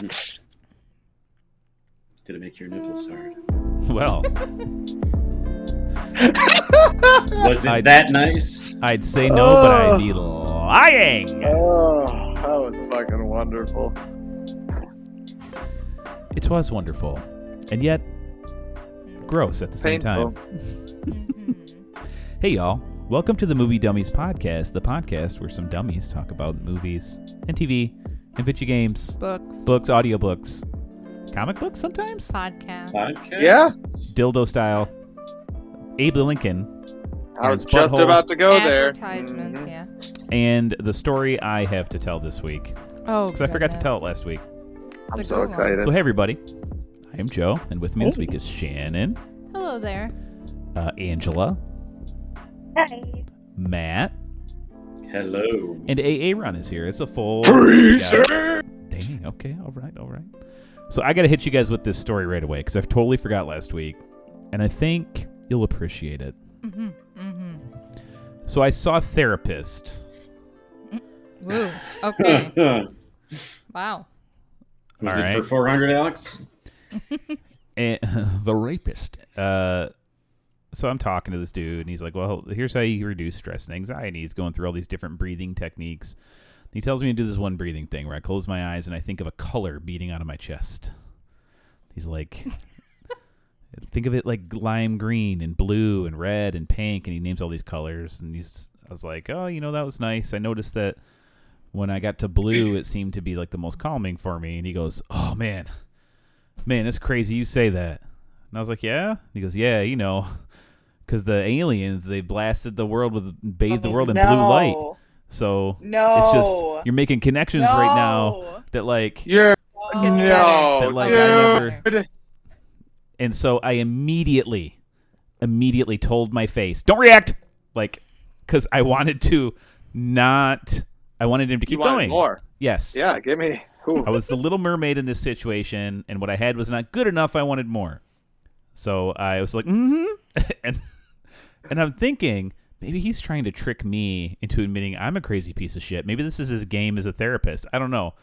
Did it make your nipples hard? Well, Was I- it that nice? I'd say no, but I'd be lying. Oh, that was fucking wonderful. It was wonderful, and yet gross at the same Painful. time. Hey, y'all. Welcome to the Movie Dummies Podcast, the podcast where some dummies talk about movies and TV and video games, Books. books, audiobooks, comic books sometimes, Podcast. Podcast? Yeah. dildo style. Abe Lincoln I was Aaron's just butthole. about to go there. Advertisements, Mm-hmm. Mhm. yeah. and the story I have to tell this week Oh, because I forgot to goodness. tell it last week. It's Mm-hmm. I'm a so good one. excited. So, hey, everybody. I am Joe, and with me this week is Shannon, Hello there. uh, Angela, Hey. Matt, Hello. and Aaron is here. It's a full. Dang. Okay. All right. All right. So I got to hit you guys with this story right away because I totally forgot last week, and I think you'll appreciate it. Mm-hmm. Mm-hmm. So I saw a therapist. Woo. Huh, Okay. huh. wow. Was All it right. for 400, Alex? and the rapist. Uh, so I'm talking to this dude, and he's like, "Well, here's how you reduce stress and anxiety." He's going through all these different breathing techniques. He tells me to do this one breathing thing where I close my eyes and I think of a color beating out of my chest. He's like, "Think of it like lime green and blue and red and pink," and he names all these colors. And he's, I was like, "Oh, you know, that was nice." I noticed that when I got to blue, it seemed to be like the most calming for me. And he goes, "Oh man, man, it's crazy you say that. And I was like, yeah? He goes, yeah, you know, because the aliens, they blasted the world with, bathed Oh, the world in blue light. So No. it's Oh. just, you're making connections right now that, like, You're Gets no, That, better. like, Gets I better. never- and so I immediately, immediately told my face, don't react! Like, because I wanted to not, I wanted him to you keep wanted going. more. Yes. Yeah, give me. Ooh. I was the little mermaid in this situation, and what I had was not good enough. I wanted more. So I was like, mm hmm. and, and I'm thinking, maybe he's trying to trick me into admitting I'm a crazy piece of shit. Maybe this is his game as a therapist. I don't know.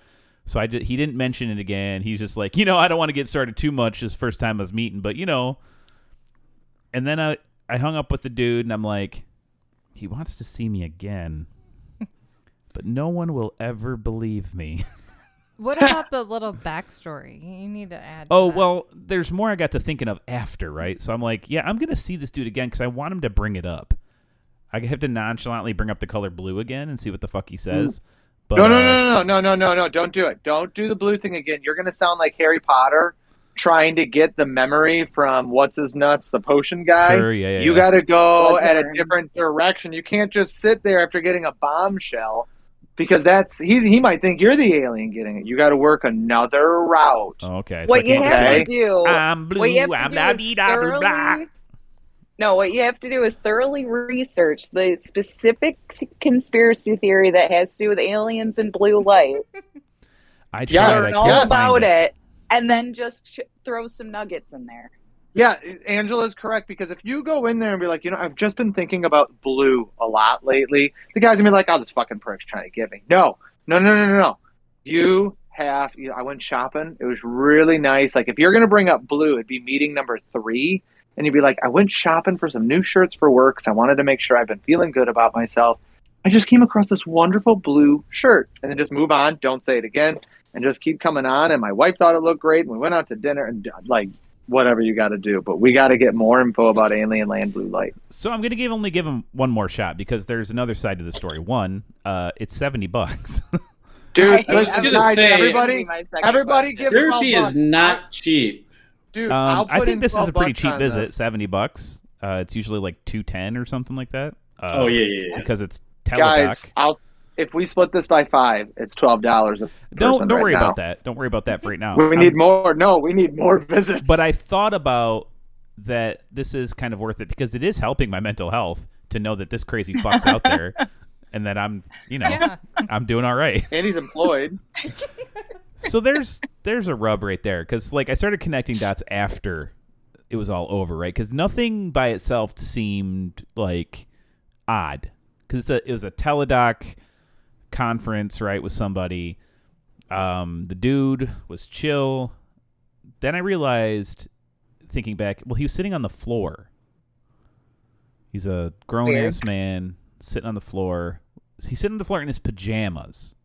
So I ju- he didn't mention it again. He's just like, you know, I don't want to get started too much this first time I was meeting, but you know. And then I, I hung up with the dude, and I'm like, he wants to see me again, but no one will ever believe me. What about the little backstory? You need to add. to Oh that. well, there's more I got to thinking of after, right? So I'm like, yeah, I'm gonna see this dude again because I want him to bring it up. I have to nonchalantly bring up the color blue again and see what the fuck he says. But No, no, uh, no, no, no, no, no, no! Don't do it. Don't do the blue thing again. You're gonna sound like Harry Potter trying to get the memory from what's his nuts, the potion guy. sure, yeah, yeah, You yeah. got to go Blood at a burn. different direction. You can't just sit there after getting a bombshell because that's he's he might think you're the alien getting it. You got to work another route. Oh, okay. so I What you can't just be have be to like, do. like, I'm blue. what you have to I'm do is blah, blah, blah, blah. thoroughly- No, what you have to do is thoroughly research the specific t- conspiracy theory that has to do with aliens and blue light. I tried. Yes, I Learn all couldn't yes. about find it. it, and then just ch- throw some nuggets in there. Yeah, Angela's correct because if you go in there and be like, you know, I've just been thinking about blue a lot lately, the guy's gonna be like, oh, this fucking prick's trying to get me. No, no, no, no, no, no. You have. You I went shopping. It was really nice. Like if you're gonna bring up blue, it'd be meeting number three, and you'd be like, I went shopping for some new shirts for work 'cause I wanted to make sure I've been feeling good about myself. I just came across this wonderful blue shirt, and then just move on. Don't say it again, and just keep coming on. And my wife thought it looked great, and we went out to dinner, and like whatever you got to do. But we got to get more info about Alien Land Blue Light. So I'm gonna give only give him one more shot because there's another side to the story. One, uh, it's seventy bucks. Dude, I- listen, gonna guys, say- That'd be everybody, my second everybody, question. give twelve Therapy bucks. is not cheap. Dude, I'll Um, put I in think this is 12 a pretty bucks cheap on visit, this. seventy bucks. Uh, it's usually like two ten or something like that. Uh, oh, yeah, yeah, yeah. because it's teledoc. Guys, I'll if we split this by five, it's twelve dollars. don't don't worry about that. Don't worry about that for right now. We I'm- need more. No, we need more visits. but I thought about that. This is kind of worth it because it is helping my mental health to know that this crazy fuck's out there, and that I'm you know Yeah. I'm doing all right. and he's employed. So there's there's a rub right there because like I started connecting dots after it was all over, right? Because nothing by itself seemed like odd because it's a it was a teledoc conference, right, with somebody. Um, the dude was chill. Then I realized, thinking back, well, he was sitting on the floor. He's a grown Weird. ass man sitting on the floor. He's sitting on the floor in his pajamas.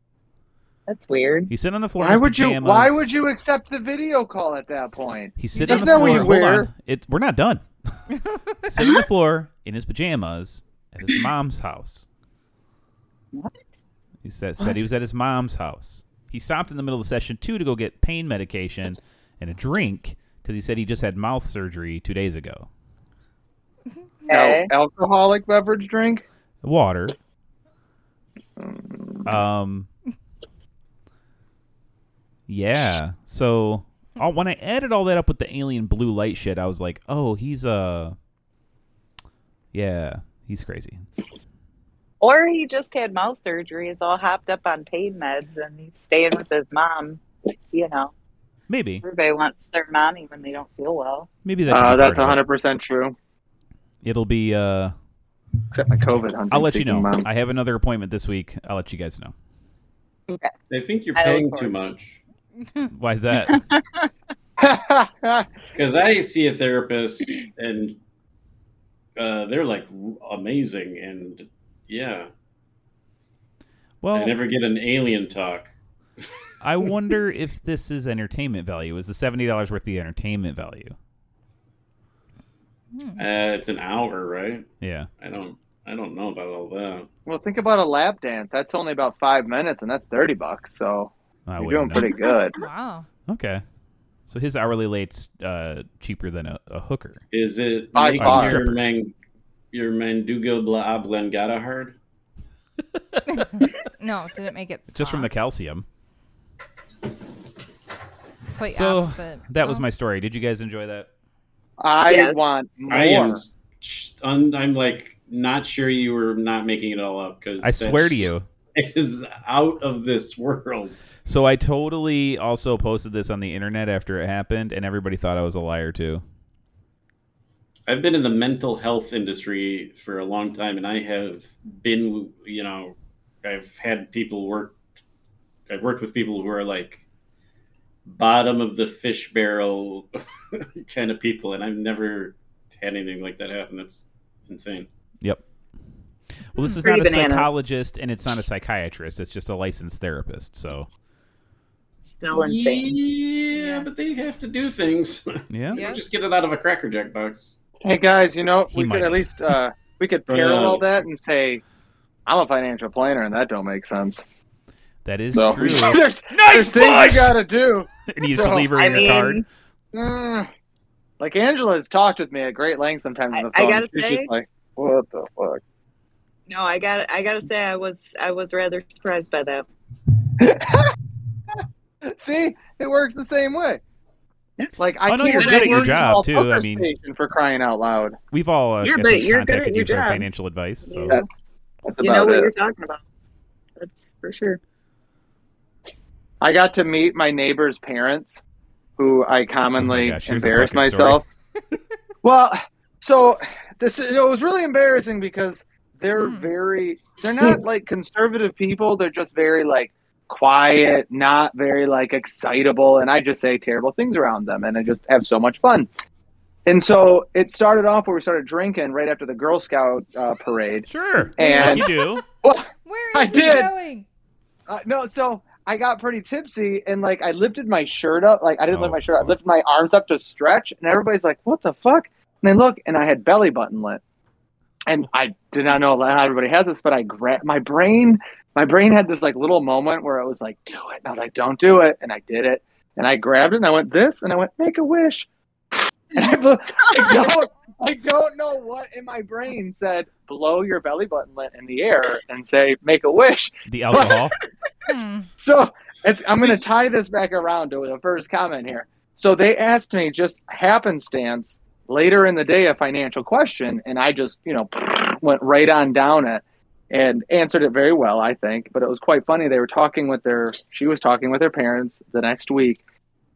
That's weird. He's sitting on the floor. in Why his would you? pajamas. Why would you accept the video call at that point? He's He sitting on doesn't the know floor. what you Hold on. wear. It, we're not done. sitting on the floor in his pajamas at his mom's house. What? He said, said he was at his mom's house. He stopped in the middle of the session two to go get pain medication and a drink because he said he just had mouth surgery two days ago. Okay. Al- alcoholic beverage drink. Water. Mm. Um. Yeah. So oh, when I added all that up with the alien blue light shit, I was like, oh, he's uh. Yeah, he's crazy. Or he just had mouth surgery. He's all hopped up on pain meds and he's staying with his mom. It's, you know, Maybe. everybody wants their mommy when they don't feel well. Maybe that. could Uh, be part of that's it. hundred percent true. It'll be. uh Except my COVID. hunting I'll let you seeking know. mom. I have another appointment this week. I'll let you guys know. I think you're I look paying forward too to it. much. Why is that? Because I see a therapist and uh, they're like r- amazing. And yeah, I Well, never get an alien talk. I wonder if this is entertainment value. Is the seventy dollars worth the entertainment value? Hmm. Uh, it's an hour, right? Yeah. I don't. I don't know about all that. well, think about a lap dance. That's only about five minutes, and that's thirty bucks. So I you're doing wouldn't know. pretty good. Wow. Okay. So his hourly rate's uh, cheaper than a, a hooker. Is it By making far. your man, your Mandugo Bla uh, Oblongata hard? No, didn't make it. Just from the soft. calcium. Quite so, opposite. That was Oh. my story. Did you guys enjoy that? I Yes. want more. I am. sh- Un, I'm like not sure you were not making it all up because I swear to you. it is out of this world. So I totally also posted this on the internet after it happened, and everybody thought I was a liar too. I've been in the mental health industry for a long time, and I have been, you know, I've had people work, I've worked with people who are like bottom of the fish barrel kind of people, and I've never had anything like that happen. That's insane. Yep. Well, this is Pretty not a bananas. psychologist and it's not a psychiatrist. It's just a licensed therapist. So, Still insane. Yeah, but they have to do things. yeah. Yeah. Just get it out of a Cracker Jack box. Hey guys, you know He we might could have. at least uh, we could Oh, yeah. parallel that and say, "I'm a financial planner," and that don't make sense. That is So true. there's, there's things push! you gotta do. and you just So, leave her I in your mean, card. Mm. Like Angela's talked with me at great length sometimes. on I- the phone. I gotta She's say- just like, "What the fuck." No, I got. I gotta say, I was. I was rather surprised by that. See, it works the same way. Like I Oh, no, can't you're even good at your work job, all too, poker I mean- station for crying out loud. We've all uh, Yeah, got but this you're good contacted at you your for job. financial advice. So Yeah. That's You know about what it. you're talking about. That's for sure. I got to meet my neighbor's parents, who I commonly Oh gosh, here's a embarrass fucking myself. well, so this is, it was really embarrassing because they're Hmm. very they're not like conservative people. They're just very like quiet, not very like excitable, and I just say terrible things around them, and I just have so much fun. And so it started off where we started drinking right after the Girl Scout uh, parade. sure, And- like you do. Where I is he did. going? Uh, no, so I got pretty tipsy and like I lifted my shirt up. Like I didn't Oh, lift my shirt up. fuck. I lifted my arms up to stretch, and everybody's like, "What the fuck?" And I look, and I had belly button lit. And I did not know not everybody has this, but I gra- my brain, my brain had this like little moment where it was like, "Do it," and I was like, "Don't do it," and I did it, and I grabbed it, and I went this, and I went, "Make a wish," and I blew. I don't, I don't know what in my brain said. Blow your belly button lit in the air and say, "Make a wish." The alcohol. Hmm. So it's, I'm going to tie this back around to the first comment here. So they asked me just happenstance later in the day a financial question, and I just you know went right on down it and answered it very well, I think. But it was quite funny. They were talking with their she was talking with her parents the next week,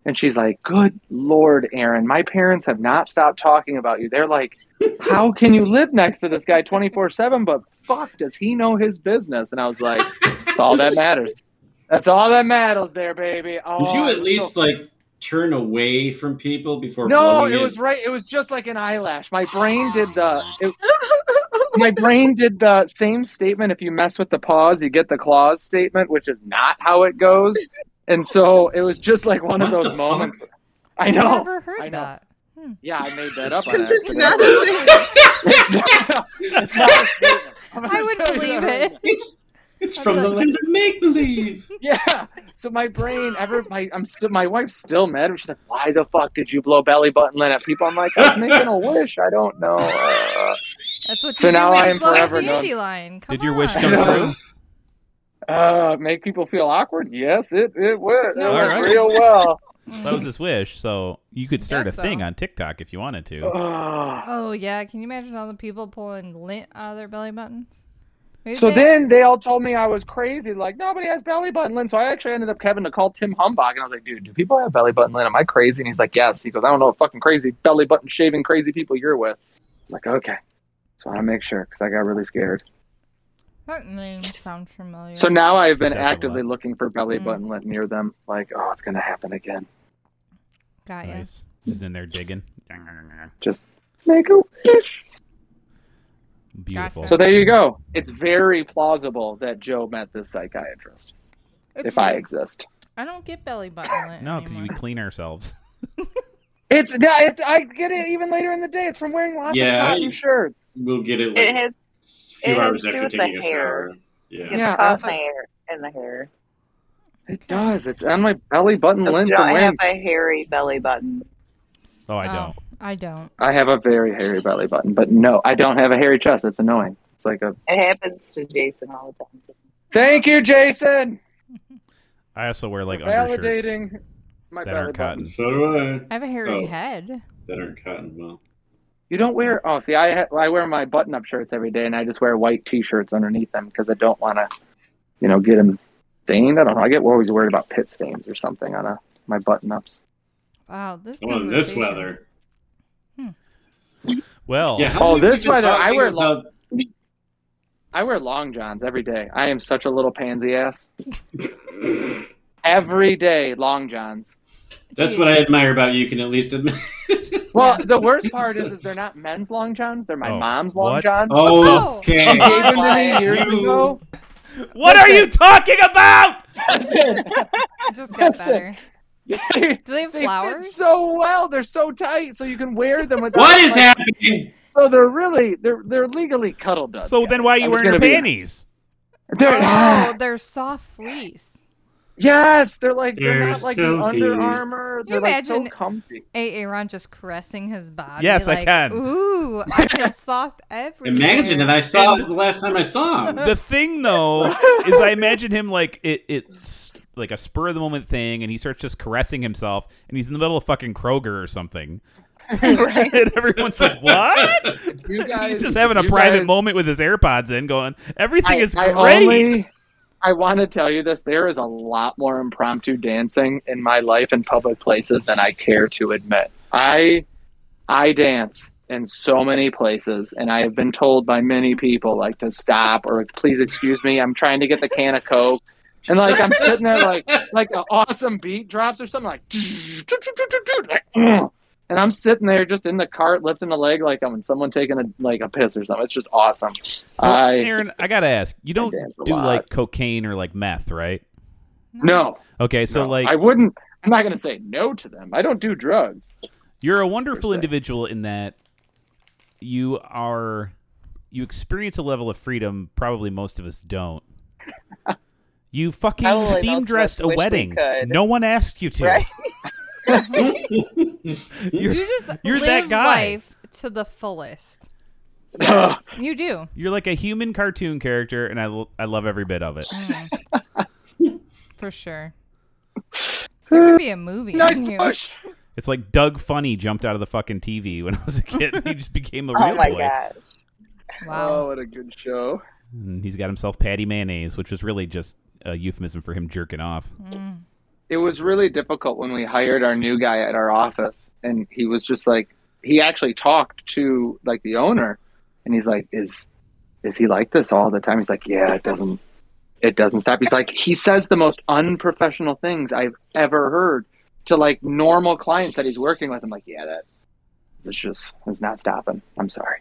and she's like, "Good Lord, Aaron, my parents have not stopped talking about you. They're like." How can you live next to this guy 24 7? But fuck, does he know his business? And I was like, it's all that matters. That's all that matters there, baby. Oh, Did you I at was least so- like turn away from people before? No, blowing it was right. It was just like an eyelash. My brain did the. It, my brain did the same statement. If you mess with the paws, you get the claws statement, which is not how it goes. And so it was just like one of What those the moments. fuck? I I know. never heard I know. that. Yeah, I made that up. on Because it's accident. not a It's not- it's not a statement. I'm gonna I would tell you believe that. it. It's it's That's from the a- land of make believe. Yeah. So my brain ever my I'm still my wife's still mad. She's like, "Why the fuck did you blow belly button Lynn at people?" I'm like, "I was making a wish. I don't know." Uh, That's what So you now do when I you am blow a forever known- dandelion. Come Did your wish on. come I know. true? uh, make people feel awkward. Yes, it it went. It No, went all right. real well. That was his wish, so you could start a Guess thing so. on TikTok if you wanted to. Ugh. Oh yeah, can you imagine all the people pulling lint out of their belly buttons? Maybe So they- then they all told me I was crazy. Like nobody has belly button Lynn. So I actually ended up having to call Tim Humbach, and I was like, "Dude, do people have belly button Lynn? Am I crazy?" And he's like, "Yes." He goes, "I don't know, what fucking crazy belly button shaving crazy people you're with." I was like, "Okay." So I want to make sure because I got really scared. that name sounds familiar. So now I've been This has a actively lot. looking for belly Mm. button lint near them. Like, oh, it's gonna happen again. got ya. Nice. Just in there digging. Make a wish. Beautiful. Gotcha. So there you go. It's very plausible that Joe met this psychiatrist. If I exist, I don't get belly button lint no, because anymore. we clean ourselves. it's no, it's I get it even later in the day. It's from wearing lots Yeah, of I- cotton shirts. We'll get it it like has a few it has hours to do after with the taking a hair. shower. Yeah. it's Yeah, caught that's my like- hair and the hair. It does. It's on my belly button So, lint you know, from I have when a hairy belly button. Oh, I Oh, don't. I don't. I have a very hairy belly button, but no, I don't have a hairy chest. It's annoying. It's like a It happens to Jason all the time. thank you, Jason, Oh. I also wear like for undershirts validating my that belly aren't button. cotton. So do I. I have a hairy Oh. head. That aren't cotton. Well, You don't wear oh see I ha- I wear my button up shirts every day and I just wear white t shirts underneath them because I don't want to you know get them stained I don't know I get always worried about pit stains or something on a, my button ups Wow, this. well in this conversation- weather. Well, Yeah. how Oh, many this people weather, I talking wear about- I wear long johns every day I am such a little pansy ass every day long johns That's what I admire about you. Can at least admit. well the worst part is is they're not men's long johns they're my Oh, mom's long what? johns oh, Oh. she okay. gave them to me years You- ago what are you talking about? It just got Listen. better. Do they have They fit flowers? so well. They're so tight, so you can wear them without. What is like, happening? So they're really they're they're legally cuddle duds. So then, why are you I'm just wearing your gonna be- panties? They're, Oh, they're soft fleece. yes, they're like they're, They're not like so the Under cute. Armour. Can They're you like so imagine- comfy. A. Aaron just caressing his body. Yes, I like, can. Ooh, I feel soft everywhere. Imagine that I saw it the last time I saw him. The thing though is, I imagine him like it, it's like a spur of the moment thing, and he starts just caressing himself, and he's in the middle of fucking Kroger or something, Oh and everyone's like, "What?" You guys, He's just having a you private guys- moment with his AirPods in, going, "Everything I, is I great." only. I want to tell you this. There is a lot more impromptu dancing in my life in public places than I care to admit. I, I dance in so many places, and I have been told by many people like to stop or please excuse me. I'm trying to get the can of coke, and like I'm sitting there like like an awesome beat drops or something like, like, and I'm sitting there just in the cart lifting a leg like I'm someone taking a like a piss or something. It's just awesome. So, I Aaron, I gotta ask, you don't dance a do lot. like cocaine or like meth, right? no. Okay, so No, like I wouldn't. I'm not gonna say no to them. I don't do drugs. You're a wonderful se. individual in that you are you experience a level of freedom probably most of us don't. You fucking Probably most of theme us dressed a wish we wedding. could. No one asked you to. Right? You're, You just You're that live guy. life to the fullest. You do. you're like a human cartoon character, and I, l- I love every bit of it. Mm. For sure. There could be a movie. nice on you. push. It's like Doug Funny jumped out of the fucking TV when I was a kid. and he just became a real oh my boy. god. Oh, Wow. what a good show. And he's got himself patty mayonnaise, which was really just a euphemism for him jerking off. Mm. It was really difficult when we hired our new guy at our office, and he was just like, he actually talked to like the owner, and he's like, is is he like this all the time? He's like, yeah, it doesn't. It doesn't stop. He's like, he says the most unprofessional things I've ever heard to like normal clients that he's working with. I'm like, yeah, that this just is not stopping. I'm sorry.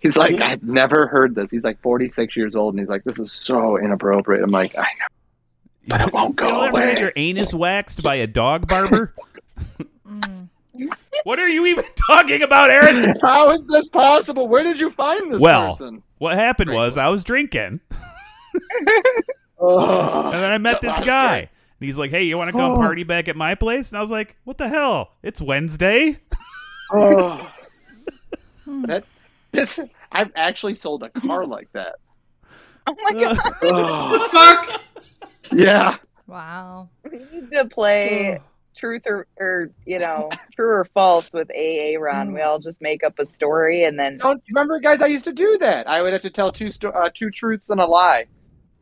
He's like, I've never heard this. He's like 46 years old, and he's like, this is so inappropriate. I'm like, I know, but it won't go You'll ever away. had your anus waxed by a dog barber? Mm. what are you even talking about, Aaron? How is this possible? Where did you find this Well, person? What happened Great was I was drinking, Ugh. and then I met It's a this monster. guy, and he's like, "Hey, you want to come Oh. party back at my place?" And I was like, "What the hell? It's Wednesday." Ugh. that this I've actually sold a car like that. Oh my god, Ugh. Fuck. yeah. Wow. we need to play truth or, or you know true or false with AA Ron. We all just make up a story and then Don't remember, guys. I used to do that. I would have to tell two sto- uh, two truths and a lie,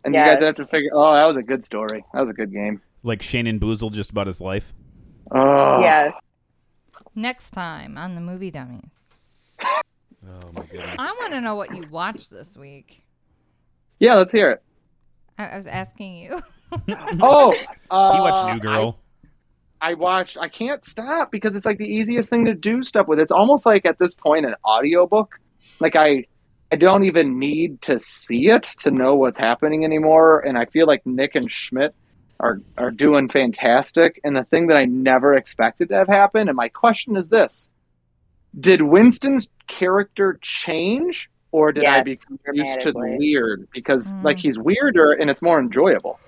and you guys would have to Yes. figure. Oh, that was a good story. That was a good game. like Shannon Boozled just about his life. Oh, yes, Next time on the movie dummies. Oh my goodness. I want to know what you watched this week. Yeah, let's hear it. I, I was asking you. Oh, uh, You watch New Girl. I watched I can't stop because it's like the easiest thing to do stuff with. It's almost like at this point an audiobook. Like I I don't even need to see it to know what's happening anymore and I feel like Nick and Schmidt are are doing fantastic and the thing that I never expected to have happened and my question is this. Did Winston's character change or did I Yes, become used to the dramatically. weird because Mm. like he's weirder and it's more enjoyable.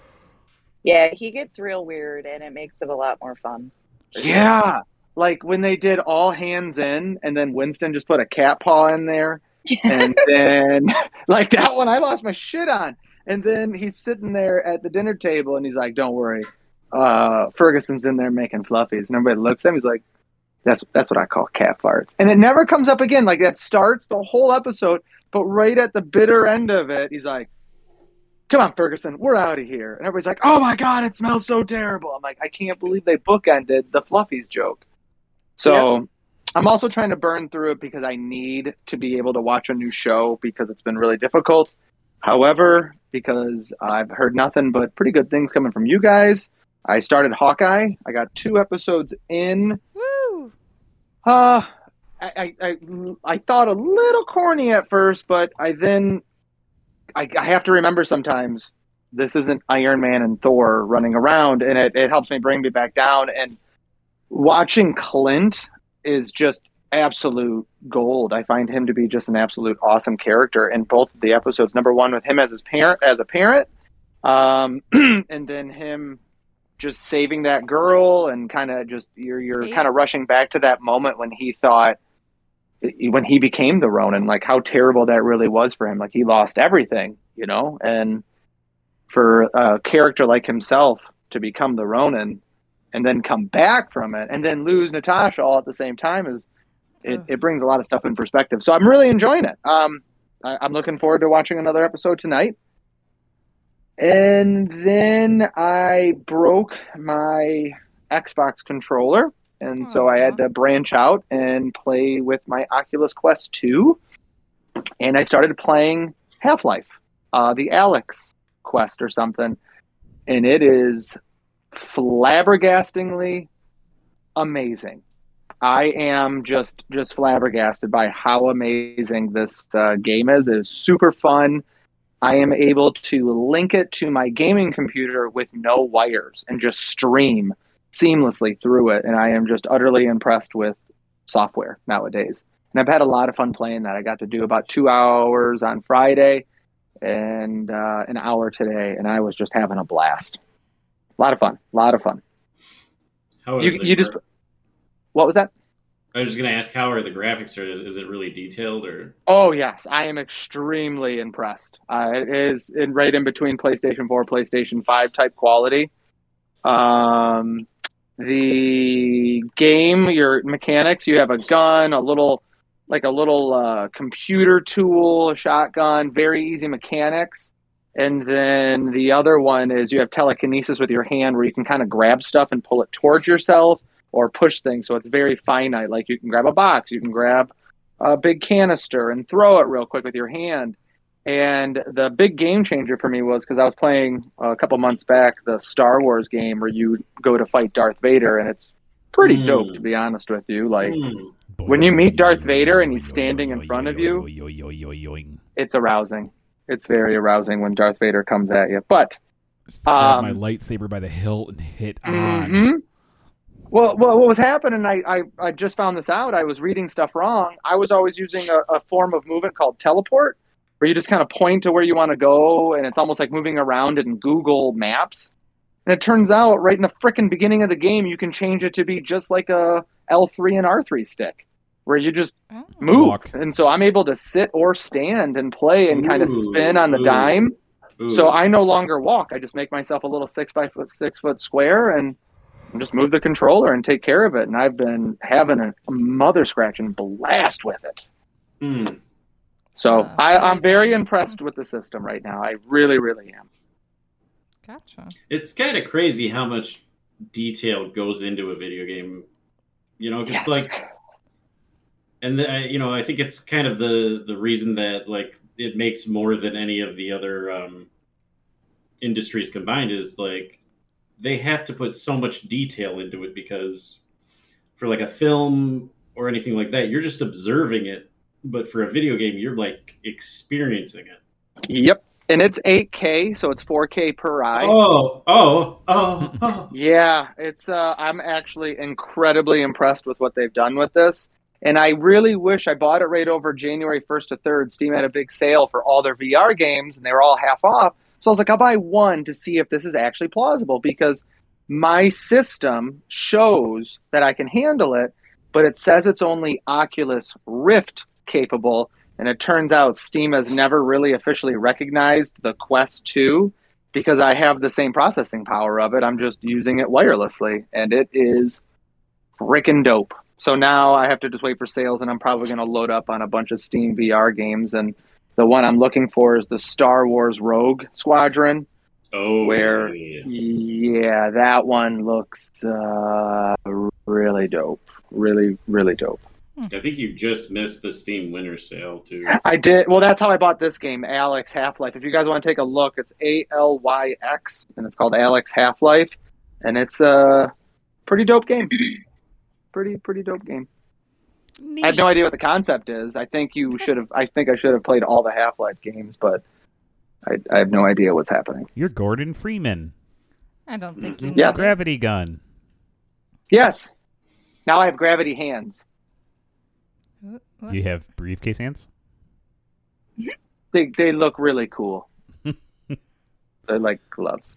yeah, he gets real weird and it makes it a lot more fun. Yeah. Like when they did all hands in and then Winston just put a cat paw in there. And then like that one I lost my shit on. And then he's sitting there at the dinner table and he's like, Don't worry. Uh Ferguson's in there making fluffies. And everybody looks at him, he's like, That's that's what I call cat farts. And it never comes up again. Like that starts the whole episode, but right at the bitter end of it, he's like Come on, Ferguson, we're out of here. And everybody's like, oh my God, it smells so terrible. I'm like, I can't believe they bookended the Fluffies joke. So I'm also trying to burn through it because I need to be able to watch a new show because it's been really difficult. However, because I've heard nothing but pretty good things coming from you guys, I started Hawkeye. I got two episodes in. Woo! Uh, I, I, I, I thought a little corny at first, but I then I, I have to remember sometimes this isn't Iron Man and Thor running around, and it, it helps me bring me back down. And watching Clint is just absolute gold. I find him to be just an absolute awesome character in both of the episodes. Number one with him as his parent, as a parent, um, and then him just saving that girl and kind of just you're you're Yeah. kind of rushing back to that moment when he thought when he became the Ronin, like how terrible that really was for him. Like he lost everything, you know, and for a character like himself to become the Ronin and then come back from it and then lose Natasha all at the same time is it, Ugh. it brings a lot of stuff in perspective. So I'm really enjoying it. Um, I, I'm looking forward to watching another episode tonight. And then I broke my Xbox controller. And so I had Aw. to branch out and play with my Oculus Quest 2. And I started playing Half Life, uh, the Alex Quest or something. And it is flabbergastingly amazing. I am just just flabbergasted by how amazing this uh, game is. It is super fun. I am able to link it to my gaming computer with no wires and just stream seamlessly through it. And I am just utterly impressed with software nowadays. And I've had a lot of fun playing that. I got to do about two hours on Friday and uh, an hour today, and I was just having a blast. A lot of fun. A lot of fun. How are You, the you just gra- what was that? I was just gonna ask how are the graphics? Or is, is it really detailed? Or Oh yes, I am extremely impressed. Uh, it is in right in between PlayStation 4, PlayStation 5 type quality. Um, the game, your mechanics, you have a gun, a little like a little uh, computer tool, a shotgun, very easy mechanics. And then the other one is you have telekinesis with your hand where you can kind of grab stuff and pull it towards yourself or push things. So it's very finite. Like you can grab a box, you can grab a big canister and throw it real quick with your hand. And the big game changer for me was because I was playing uh, a couple months back the Star Wars game where you go to fight Darth Vader, and it's pretty Mm. dope to be honest with you. Like Hmm, when you meet Darth Vader and he's standing in front of you, it's arousing. It's very arousing when Darth Vader comes at you. But Just grab my Um, lightsaber by the hilt and hit Mm-hmm. on. Mhm. Well, well, what was happening? I, I, I just found this out. I was reading stuff wrong. I was always using a, a form of movement called teleport, where you just kind of point to where you want to go, and it's almost like moving around in Google Maps. And it turns out, right in the frickin' beginning of the game, you can change it to be just like a L three and R three stick, where you just Oh. move. Walk. And so I'm able to sit or stand and play and kind of Ooh, spin on the ooh. dime. Ooh. So I no longer walk. I just make myself a little six by foot, six foot square and just move the controller and take care of it. And I've been having a mother scratching blast with it. Hmm. So Wow. I, I'm very impressed with the system right now. I really, really am. Gotcha. It's kind of crazy how much detail goes into a video game. You know, it's Yes. like and the, I, you know i think it's kind of the the reason that like it makes more than any of the other um industries combined is like they have to put so much detail into it because for like a film or anything like that you're just observing it but for a video game you're like experiencing it Yep. And it's 8K, so it's 4K per eye. oh oh oh, oh. Yeah, it's. Uh, I'm actually incredibly impressed with what they've done with this, and I really wish I bought it right over January 1st to 3rd. Steam had a big sale for all their VR games, and they were all half off. So I was like, I'll buy one to see if this is actually plausible because my system shows that I can handle it, but it says it's only Oculus Rift capable. And it turns out Steam has never really officially recognized the Quest 2 because I have the same processing power of it. I'm just using it wirelessly, and it is freaking dope. So now I have to just wait for sales, and I'm probably going to load up on a bunch of Steam VR games. And the one I'm looking for is the Star Wars Rogue Squadron. oh Where- yeah. Yeah, that one looks uh, really dope. Really, really dope. i think you just missed the steam winter sale too I did. Well, that's how I bought this game, Alex Half Life. If you guys want to take a look, it's A L Y X, and it's called Alex Half Life, and it's a pretty dope game. pretty pretty dope game. I have no idea what the concept is. I think you should have. I think I should have played all the Half Life games, but I, I have no idea what's happening. You're Gordon Freeman. I don't think Mhm. you. know Yes. that. Gravity gun. Yes. Now I have gravity hands. Wh- what? Do you have briefcase hands? They they look really cool. They're like gloves.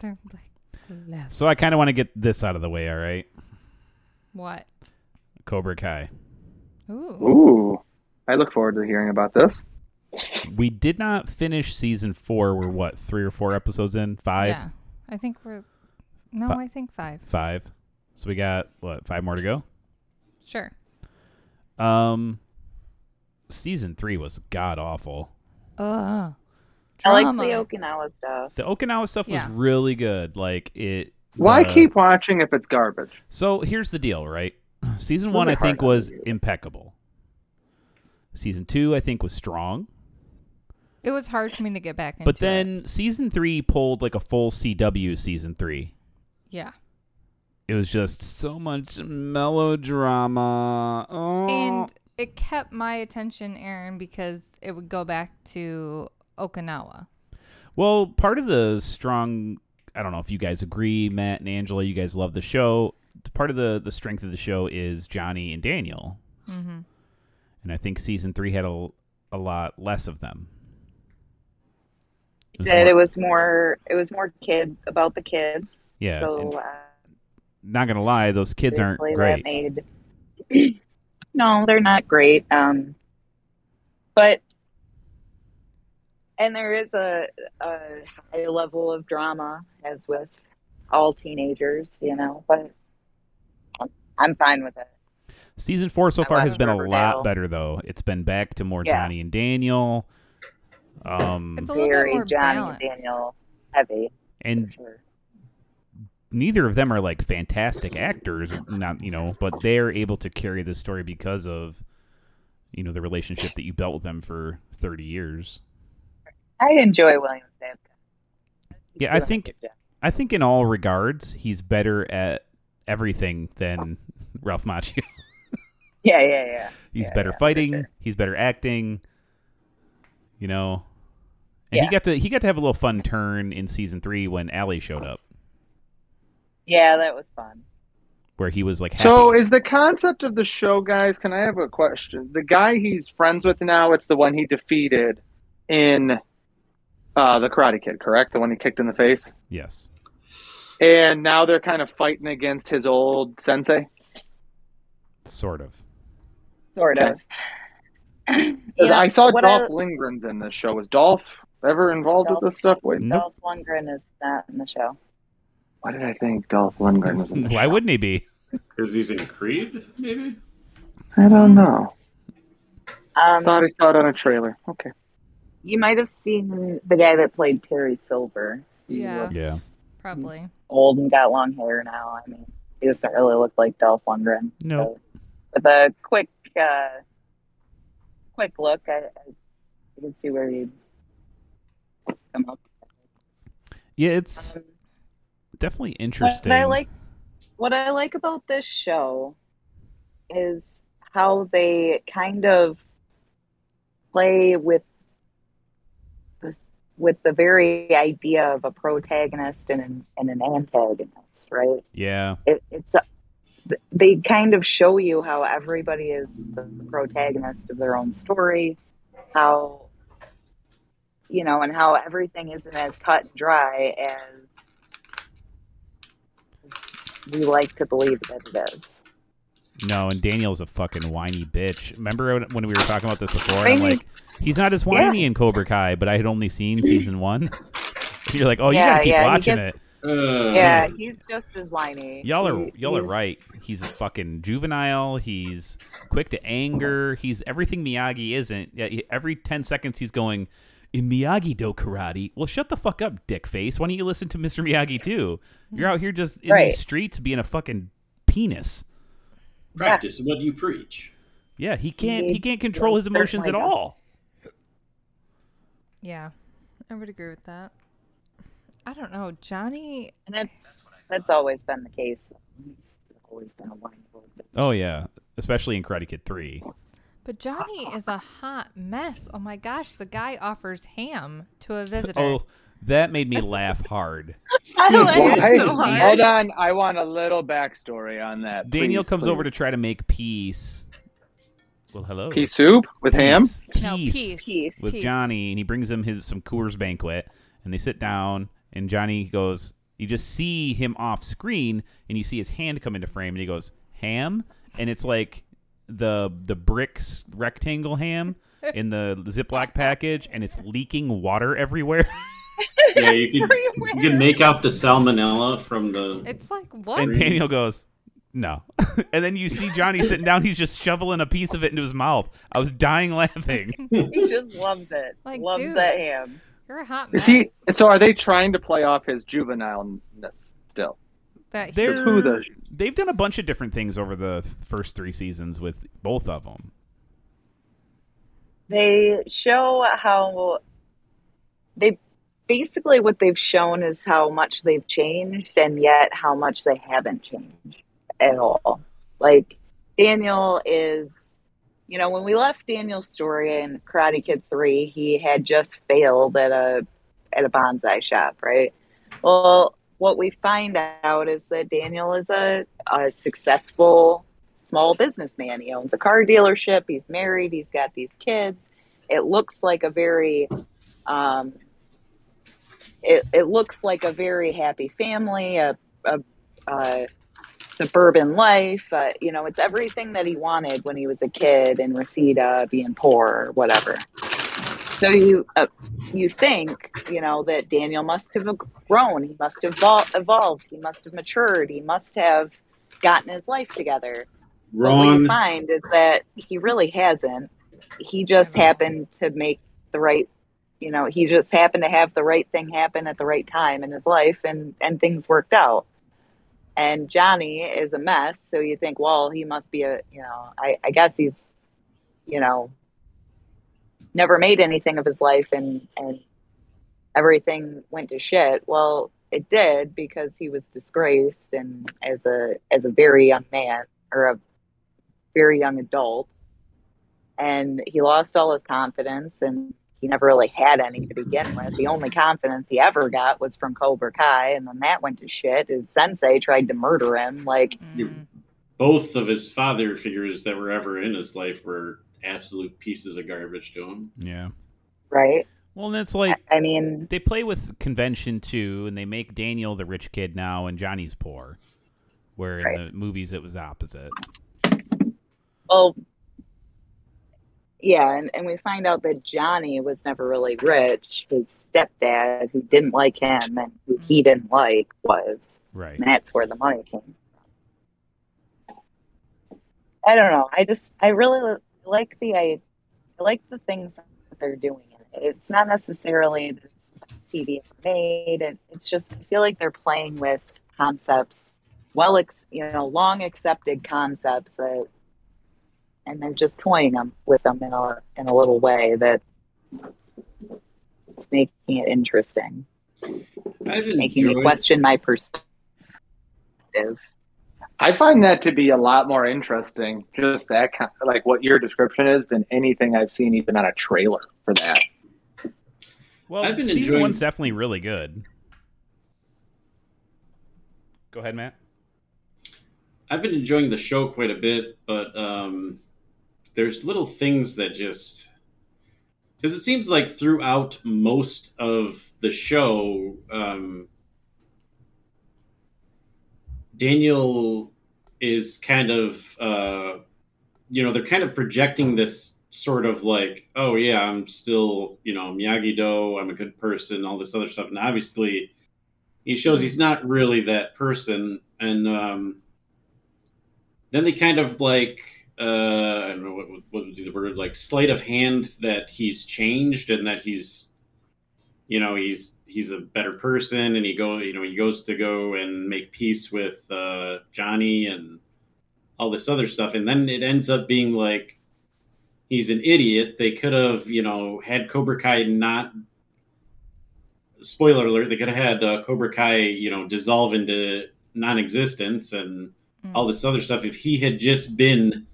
They're like left. So I kind of want to get this out of the way, all right? What? Cobra Kai. Ooh. Ooh. I look forward to hearing about this. We did not finish season four. We're what, three or four episodes in? Five? Yeah. I think we're. No, Fi- I think five. Five. So we got, what, five more to go? Sure. Um, season three was god awful. Ugh. I like Drama. the Okinawa stuff. The Okinawa stuff Yeah. was really good. Like it. Why the- keep watching if it's garbage? So here's the deal, right? Season one, Really I think, hard on was you. impeccable. Season two, I think, was strong. It was hard for me to get back into. But it. then season three pulled like a full CW season three. Yeah. It was just so much melodrama. Oh. And it kept my attention, Aaron, because it would go back to Okinawa. Well, part of the strong I don't know if you guys agree, Matt and Angela, you guys love the show. Part of the the strength of the show is Johnny and Daniel. hmm And I think season 3 had a, a lot less of them. It was Did more- it was more it was more kid about the kids. yeah. and so uh, not going to lie, those kids aren't obviously great. That made... no, they're not great. Um, but and there is a a high level of drama as with all teenagers, you know. But I'm- I'm fine with it. Season four so I far watched has been a lot Riverdale. better, though. It's been back to more Yeah. Johnny and Daniel, um, It's a little bit Very more Johnny balanced. and Daniel heavy. and for sure. neither of them are like fantastic actors, not you know, but they're able to carry the story because of you know the relationship that you built with them for 30 years. I enjoy William Zabka. He's Yeah, I doing a think- good job. I think in all regards, he's better at everything than Ralph Macchio. Yeah, yeah, yeah. He's Yeah, better yeah, for fighting. sure. He's better acting. You know, and he Yeah. got to he got to have a little fun turn in season three when Allie showed up, Yeah, that was fun. where he was like, happy. So is the concept of the show, guys? Can I have a question? The guy he's friends with now, it's the one he defeated in uh, the Karate Kid, correct? The one he kicked in the face, yes, and now they're kind of fighting against his old sensei. sort of. Sort Okay. of. 'Cause Yeah, I saw what Dolph I- Lindgren's in this show. Was Dolph ever involved Dolph- with this stuff? Wait, Nope. Dolph Lundgren is not in the show. why did I think Dolph Lundgren was in this? Why wouldn't he be? Because he's in Creed, maybe? I don't know. Um, Thought I saw it on a trailer. Okay. you might have seen the guy that played Terry Silver. He Yeah. looks Yeah. Probably. Old and got long hair now. I mean, he doesn't really look like Dolph Lundgren. No, So, with a quick, uh, quick look, I, I you can see where he'd come up. yeah, it's Um, definitely interesting. What I like, what I like about this show is how they kind of play with the, with the very idea of a protagonist and an, and an antagonist, right? yeah, It, it's a, they kind of show you how everybody is the protagonist of their own story, how you know, and how everything isn't as cut and dry as we like to believe that it is. no, and Daniel's a fucking whiny bitch. Remember when- when we were talking about this before? And I'm Whiny. like, he's not as whiny in Cobra Kai, but I had only seen season one. You're like, oh, you Yeah, gotta keep yeah, he watching gets- it. Uh, Yeah, he's just as whiny. Uh-huh. Y'all are He- y'all are he's- right. He's a fucking juvenile. He's quick to anger. He's everything Miyagi isn't. Yeah, he- Every ten seconds he's going in Miyagi Do karate. Well, shut the fuck up, dick face. Why don't you listen to Mr. Miyagi too? You're out here just in Right. these streets being a fucking penis. Practice what you preach. Yeah, he can't he He can't control his certainly emotions at does. all. Yeah. I would agree with that. I don't know. Johnny And that's that's always been the case. He's always been a whiny. little bit. Oh yeah, especially in Karate Kid Three. but Johnny is a hot mess. Oh my gosh, the guy offers ham to a visitor. Oh, that made me laugh hard. I like Why? it so hard. Hold on. I want a little backstory on that. Daniel please, comes please. over to try to make peace. Well, hello. pea soup with ham. Peace. No, Peace. peace. Peace. with peace. Johnny, and he brings him his some Coors Banquet, and they sit down, and Johnny goes, you just see him off screen, and you see his hand come into frame, and he goes ham, and it's like the the bricks rectangle ham in the Ziploc package, and it's leaking water everywhere. Yeah, you could, you could make out the salmonella from the. It's like what? and Daniel goes, no, and then you see Johnny sitting down, he's just shoveling a piece of it into his mouth. I was dying laughing. He just loves it. Like, loves dude. that ham. You're a hot mess. Is he? So are they trying to play off his juvenileness still? that he- They're, who the- they've done a bunch of different things over the th- first three seasons with both of them. They show how they basically what they've shown is how much they've changed and yet how much they haven't changed at all. Like Daniel is you know, when we left Daniel's story in Karate Kid 3, he had just failed at a at a bonsai shop, right? Well, what we find out is that Daniel is a, a successful small businessman. He owns a car dealership. He's married. He's got these kids. It looks like a very, um, it, it looks like a very happy family, a, a, a suburban life. Uh, you know, it's everything that he wanted when he was a kid in Reseda, being poor or whatever. So you uh, you think you know that Daniel must have grown. He must have evol- evolved. He must have matured. He must have gotten his life together. But What Wrong. you find is that he really hasn't. He just happened to make the right, you know, he just happened to have the right thing happen at the right time in his life, and and things worked out. And Johnny is a mess, so you think, well, he must be a, you know, I, I guess he's you know, never made anything of his life and, and everything went to shit. Well, it did because he was disgraced and as a as a very young man or a very young adult and he lost all his confidence and he never really had any to begin with. The only confidence he ever got was from Cobra Kai and then that went to shit. His sensei tried to murder him. Like You- Mm. Both of his father figures that were ever in his life were absolute pieces of garbage to him. Yeah. right? Well, and it's like I mean they play with convention too, and they make Daniel the rich kid now, and Johnny's poor. Where in Right. the movies it was opposite. well yeah, and, and we find out that Johnny was never really rich. His stepdad, who didn't like him and who he didn't like, was. Right. and that's where the money came from. I don't know. I just I really like the I, I like the things that they're doing. It's not necessarily that it's the best TV ever made. It, it's just I feel like they're playing with concepts, well, ex, you know, long accepted concepts that, and they're just toying them with them in a in a little way that it's making it interesting I've making me enjoyed question my perspective. I find that to be a lot more interesting, just that kind like what your description is, than anything I've seen even on a trailer for that. Well, I've been season enjoying- one's definitely really good. Go ahead, Matt. I've been enjoying the show quite a bit, but um, there's little things that just because it seems like throughout most of the show, um, Daniel is kind of uh, you know they're kind of projecting this sort of like oh yeah I'm still you know Miyagi Do I'm a good person all this other stuff and obviously he shows he's not really that person and um, then they kind of like uh, I don't know what, what would be the word like sleight of hand that he's changed and that he's you know he's he's a better person and he go you know he goes to go and make peace with uh, Johnny and all this other stuff and then it ends up being like he's an idiot they could have you know had Cobra Kai not spoiler alert they could have had uh, Cobra Kai you know dissolve into non-existence and Mm. all this other stuff if he had just been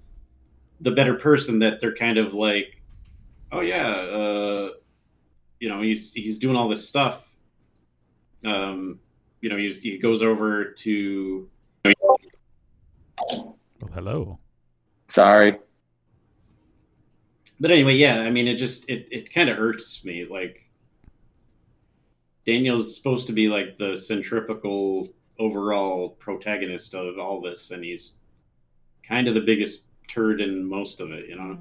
the better person that they're kind of like oh yeah uh you know he's he's doing all this stuff um you know he's, he goes over to Well, hello. Sorry. but anyway yeah i mean it just it, it kind of irks me like daniel's supposed to be like the centripetal overall protagonist of all this and he's kind of the biggest turd in most of it you know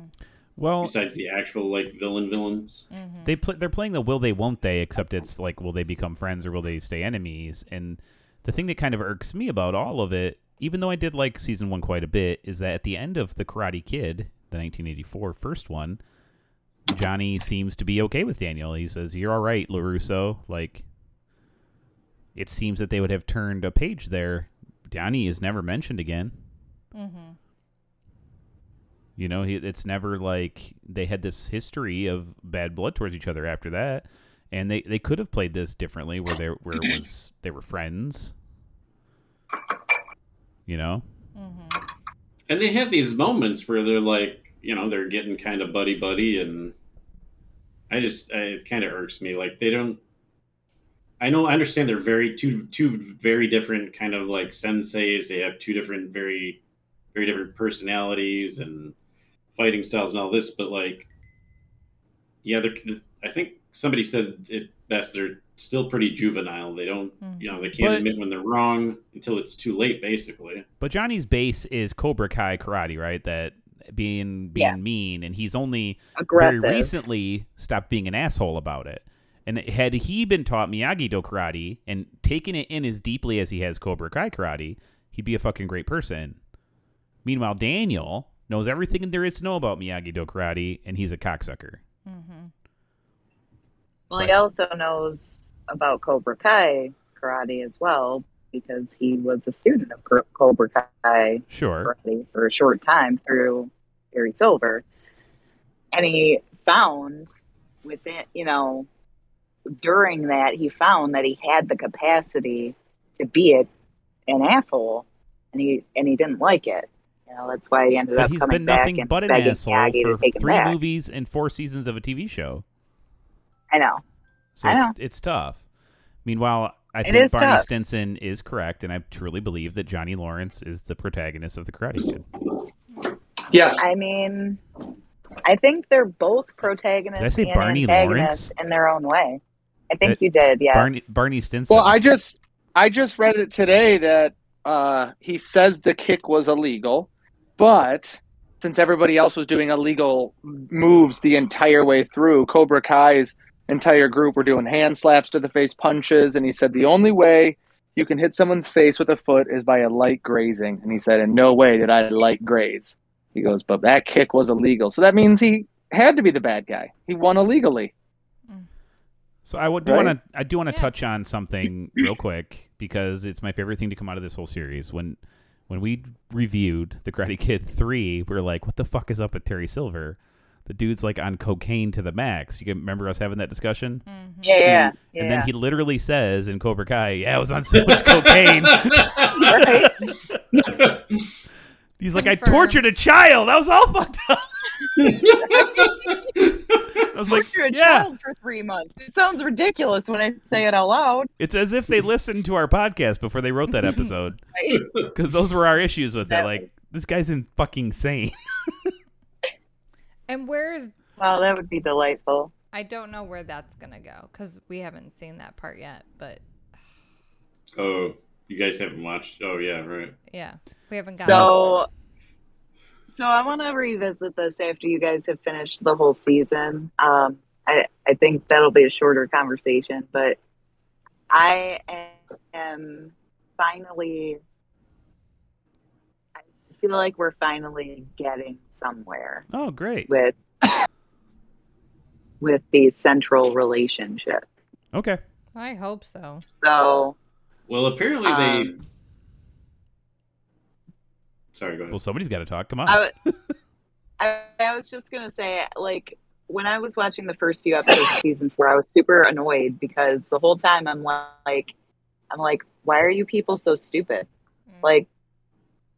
Well, besides the actual like villain villains Mhm. Mm-hmm. they play, they're playing the will they won't they except it's like will they become friends or will they stay enemies and the thing that kind of irks me about all of it even though i did like season one quite a bit is that at the end of the karate kid the 1984 first one johnny seems to be okay with daniel he says you're all right larusso like it seems that they would have turned a page there johnny is never mentioned again Mhm. you know, he, it's never like they had this history of bad blood towards each other after that, and they, they could have played this differently, where they where it was they were friends. You know, Mhm. and they have these moments where they're like you know they're getting kind of buddy buddy and i just I, it kind of irks me like they don't i know i understand they're very two two very different kind of like senseis they have two different very very different personalities and fighting styles and all this but like yeah they're i think somebody said it best they're still pretty juvenile they don't you know they can't But- admit when they're wrong until it's too late basically but Johnny's base is Cobra Kai karate, right? That being being Yeah. mean, and he's only Aggressive. very recently stopped being an asshole about it. And had he been taught Miyagi Do karate and taken it in as deeply as he has Cobra Kai karate, he'd be a fucking great person. Meanwhile, Daniel knows everything there is to know about Miyagi Do karate, and he's a cocksucker. Mhm. Well, he also knows about Cobra Kai karate as well because he was a student of Cor- Cobra Kai Sure. karate for a short time through Gary Silver. and he found within you know during that he found that he had the capacity to be a, an asshole and he and he didn't like it you know that's why he ended But up he's coming been back nothing and but an begging asshole Miyagi for to take him three back. movies and four seasons of a TV show. i know So I it's, know. it's tough. Meanwhile, I It think is Barney tough. Stinson is correct, and I truly believe that Johnny Lawrence is the protagonist of The Karate Kid. Yes. I mean, I think they're both protagonists Did I say and Barney Lawrence? antagonists in their own way. I think That- you did, yes. Barney, Barney Stinson. Well, I just I just read it today that uh, he says the kick was illegal, but since everybody else was doing illegal moves the entire way through, Cobra Kai's entire group were doing hand slaps to the face, punches, and he said the only way you can hit someone's face with a foot is by a light grazing. And he said, in no way did I light graze. He goes, but that kick was illegal, so that means he had to be the bad guy. He won illegally. So I would Right? want to. I do want to Yeah. touch on something real quick because it's my favorite thing to come out of this whole series. When when we reviewed The Karate Kid three, we were like, "What the fuck is up with Terry Silver? The dude's like on cocaine to the max." You can remember us having that discussion. Mhm. yeah, yeah, yeah. Hmm. And then he literally says in Cobra Kai, "Yeah, I was on so much cocaine." Right? He's like, "I Confirmed. tortured a child. That was all fucked up." I was like, Torture a "Yeah." child for three months. It sounds ridiculous when I say it out loud. It's as if they listened to our podcast before they wrote that episode. Right? Because those were our issues with it. That- Like, this guy's in fucking sane. And where is Wow, that would be delightful. I don't know where that's gonna go because we haven't seen that part yet. But oh, you guys haven't watched? Oh yeah, right. yeah, we haven't got. So, so I want to revisit this after you guys have finished the whole season. Um, I I think that'll be a shorter conversation, but I am finally. I feel like we're finally getting somewhere Oh, great. with with the central relationship. Okay. I hope so. So, Well, apparently they. um, Sorry, go ahead. Well, somebody's got to talk. Come on. I, w- I, I was just gonna say, like, when I was watching the first few episodes of season four, I was super annoyed because the whole time I'm like, I'm like, why are you people so stupid? Mm. Like,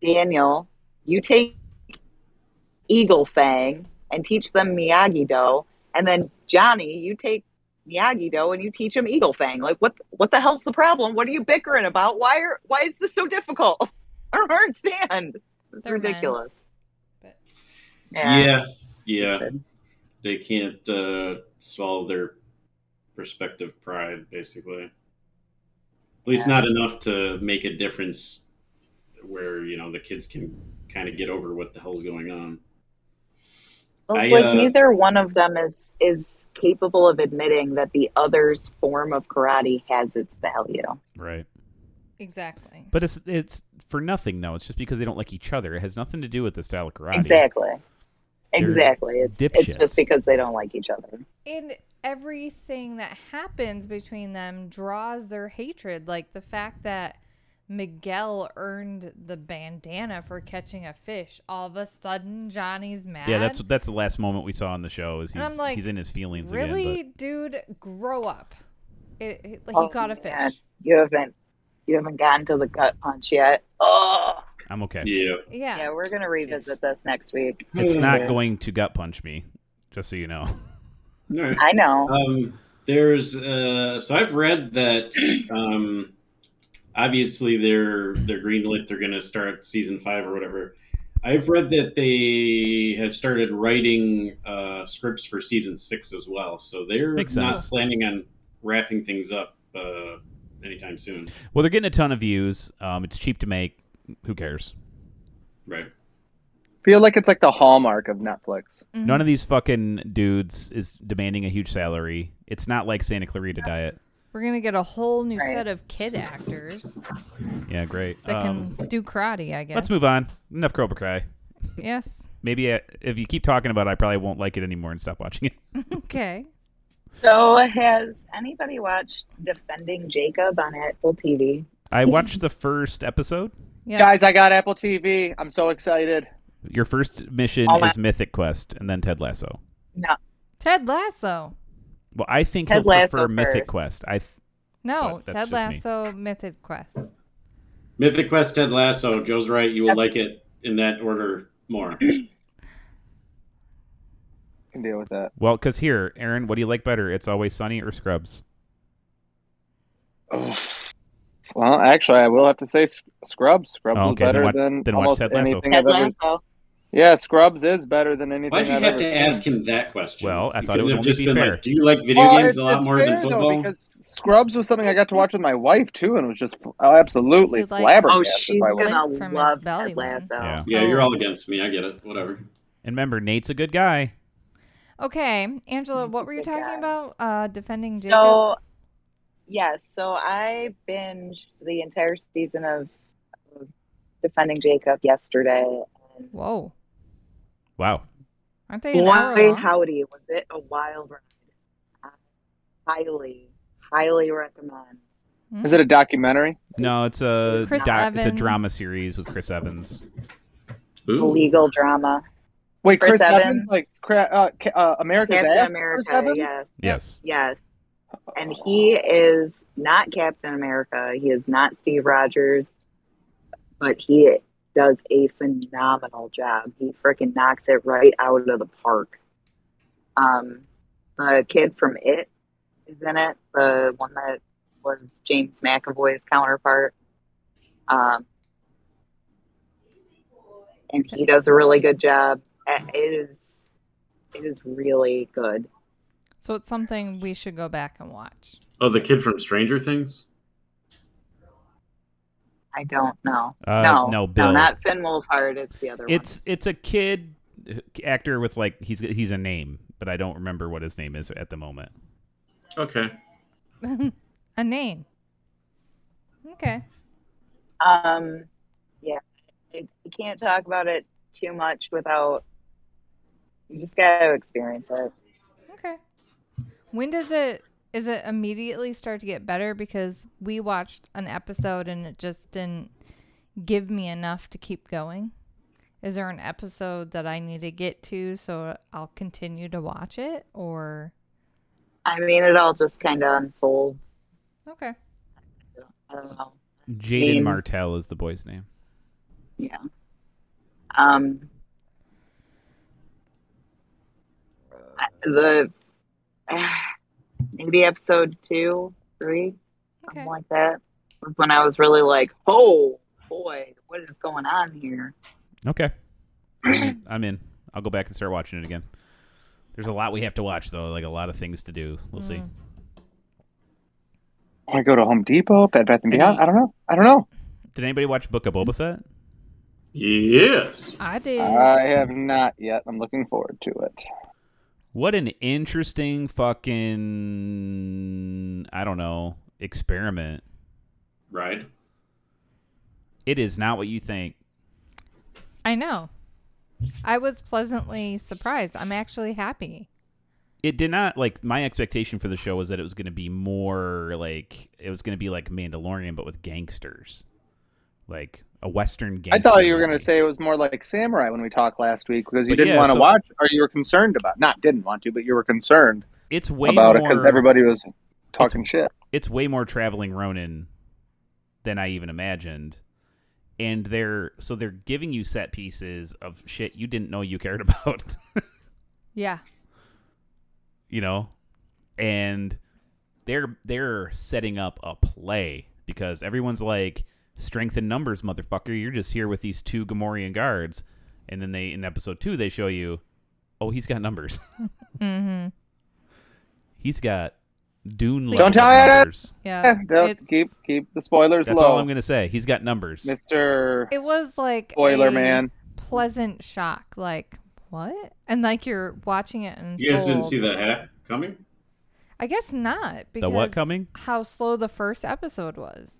Daniel, you take Eagle Fang and teach them Miyagi Do, and then Johnny, you take Miyagi Do and you teach him Eagle Fang. Like, what what the hell's the problem? What are you bickering about? Why are why is this so difficult? I don't understand. It's They're men. ridiculous. But- yeah, yeah. They can't uh, solve their prospective pride, basically. At least Yeah. not enough to make a difference where you know the kids can kind of get over what the hell's going on. Well, it's I, like uh, neither one of them is is capable of admitting that the other's form of karate has its value. right. exactly. But it's it's for nothing, though. It's just because they don't like each other. It has nothing to do with the style of karate. Exactly. Exactly. It's it's dipshits. just because they don't like each other. and everything that happens between them draws their hatred. Like the fact that Miguel earned the bandana for catching a fish. All of a sudden, Johnny's mad. Yeah, that's that's the last moment we saw on the show. Is And he's I'm like, he's in his feelings really, again. dude. Grow up. It, it- like Oh, he caught a man. fish. You haven't you haven't gotten to the gut punch yet. Oh But I'm okay. Yeah, Yeah. yeah, we're gonna revisit this next week. It's not going to gut punch me. Just so you know. All right. I know. Um, there's uh, so I've read that um, obviously they're they're greenlit. They're going to start season five or whatever. I've read that they have started writing uh, scripts for season six as well. So they're Makes not sense. planning on wrapping things up uh, anytime soon, Well, they're getting a ton of views. Um, it's cheap to make. Who cares? right? Feel like it's like the hallmark of Netflix. Mhm. None of these fucking dudes is demanding a huge salary. It's not like Santa Clarita Diet. We're gonna get a whole new Right. set of kid actors Yeah, great. that Um, can do karate. I guess. Let's move on. Enough Cobra Kai. Yes. Maybe uh, if you keep talking about it, I probably won't like it anymore and stop watching it. Okay. So has anybody watched Defending Jacob on Apple TV? I watched the first episode. Yeah. Guys, I got Apple TV. I'm so excited. Your first mission Oh, my- is Mythic Quest and then Ted Lasso. No, Ted Lasso. Well, I think Ted he'll Lasso prefer Mythic first. Quest. I th- No, But that's just Ted me. Lasso Mythic Quest. Mythic Quest, Ted Lasso. Joe's right. You will like it in that order more. Can deal with that. well, because here, Aaron, what do you like better? It's always sunny or Scrubs. Ugh. Well, actually, I will have to say Sc- Scrubs. Scrubs Oh, is okay, then better watch- than then watch almost Ted Lasso. anything Ted I've ever. Lasso. Yeah, Scrubs is better than anything. Why'd you I've have ever to seen. ask him that question? Well, I You thought it couldn't would have only just be been fair. like, do you like video Well, games it's- a lot it's more fair, than though, football? because Scrubs was something I got to watch with my wife too, and was just absolutely He likes- Oh, flabbergasted. she's by what- Link gonna from his love belly Ted Lasso. Yeah. yeah, you're Oh. all against me. I get it. Whatever. And remember, Nate's a good guy. Okay, Angela, what were you Good talking guy. about? Uh, defending Jacob. So, yes, so I binged the entire season of, of Defending Jacob yesterday. And Whoa, Wow. aren't they an hour boy, long? howdy, was it a wild ride? I highly, highly recommend. Is it a documentary? No, it's a Chris doc- it's a Evans. drama series with Chris Evans. a legal drama. Wait, Chris, Chris Evans, Evans. like cra- uh, ca- uh, America's Captain ass. America, Chris Evans. yes, Yes. yes. And he is not Captain America. He is not Steve Rogers, but he does a phenomenal job. He freaking knocks it right out of the park. Um, the kid from It is in it, the one that was James McAvoy's counterpart. Um, and he does a really good job. Uh, It is, it is really good. So it's something we should go back and watch. Oh, the kid from Stranger Things? I don't know. Uh, no, no, Bill. not Finn Wolfhard. It's the other It's it's a kid actor with like he's he's a name, but I don't remember what his name is at the moment. Okay. a name. Okay. one. Um, yeah, I, I can't talk about it too much without. You just got to experience it. Okay. When does it is it immediately start to get better because we watched an episode and it just didn't give me enough to keep going? Is there an episode that I need to get to so I'll continue to watch it or I mean, it all just kind of unfolds. Okay. I don't know. Jaden Name. Martell is the boy's name. Yeah. Um. I- The maybe episode two, three. Okay. something like that was when I was really like, oh boy, what is going on here? Okay. I'm in. I'm in. I'll go back and start watching it again. There's a lot we have to watch though, like a lot of things to do. We'll see. Mm. I go to Home Depot, Bed Bath and Beyond. I don't know. I don't know. Did anybody watch Book of Boba Fett? Yes. I did. I have not yet. I'm looking forward to it. What an interesting fucking I don't know, experiment. Right. It is not what you think. I know. I was pleasantly surprised. I'm actually happy. It did not like my expectation for the show was that it was going to be more like it was going to be like Mandalorian but with gangsters. Like a western I gangster. thought you were going to movie. say it was more like Samurai when we talked last week because you But didn't yeah, want to so- watch or you were concerned about. Not didn't want to, but you were concerned it's way about it more because everybody was talking shit. it's way more traveling Ronin than I even imagined. And they're so they're giving you set pieces of shit you didn't know you cared about, Yeah. you know? And they're they're setting up a play because everyone's like, strength in numbers, motherfucker, you're just here with these two Gamorrean guards. And then they in episode two they show you, Oh, he's got numbers. Mhm. he's got Dune Don't level tell me that- numbers. Yeah. Don't It's- keep keep the spoilers That's low, all I'm gonna say. He's got numbers. Mister It was like Spoiler a- Man. pleasant shock. Like, what? And like you're watching it and You guys didn't see that hat coming? I guess not because what coming? How slow the first episode was.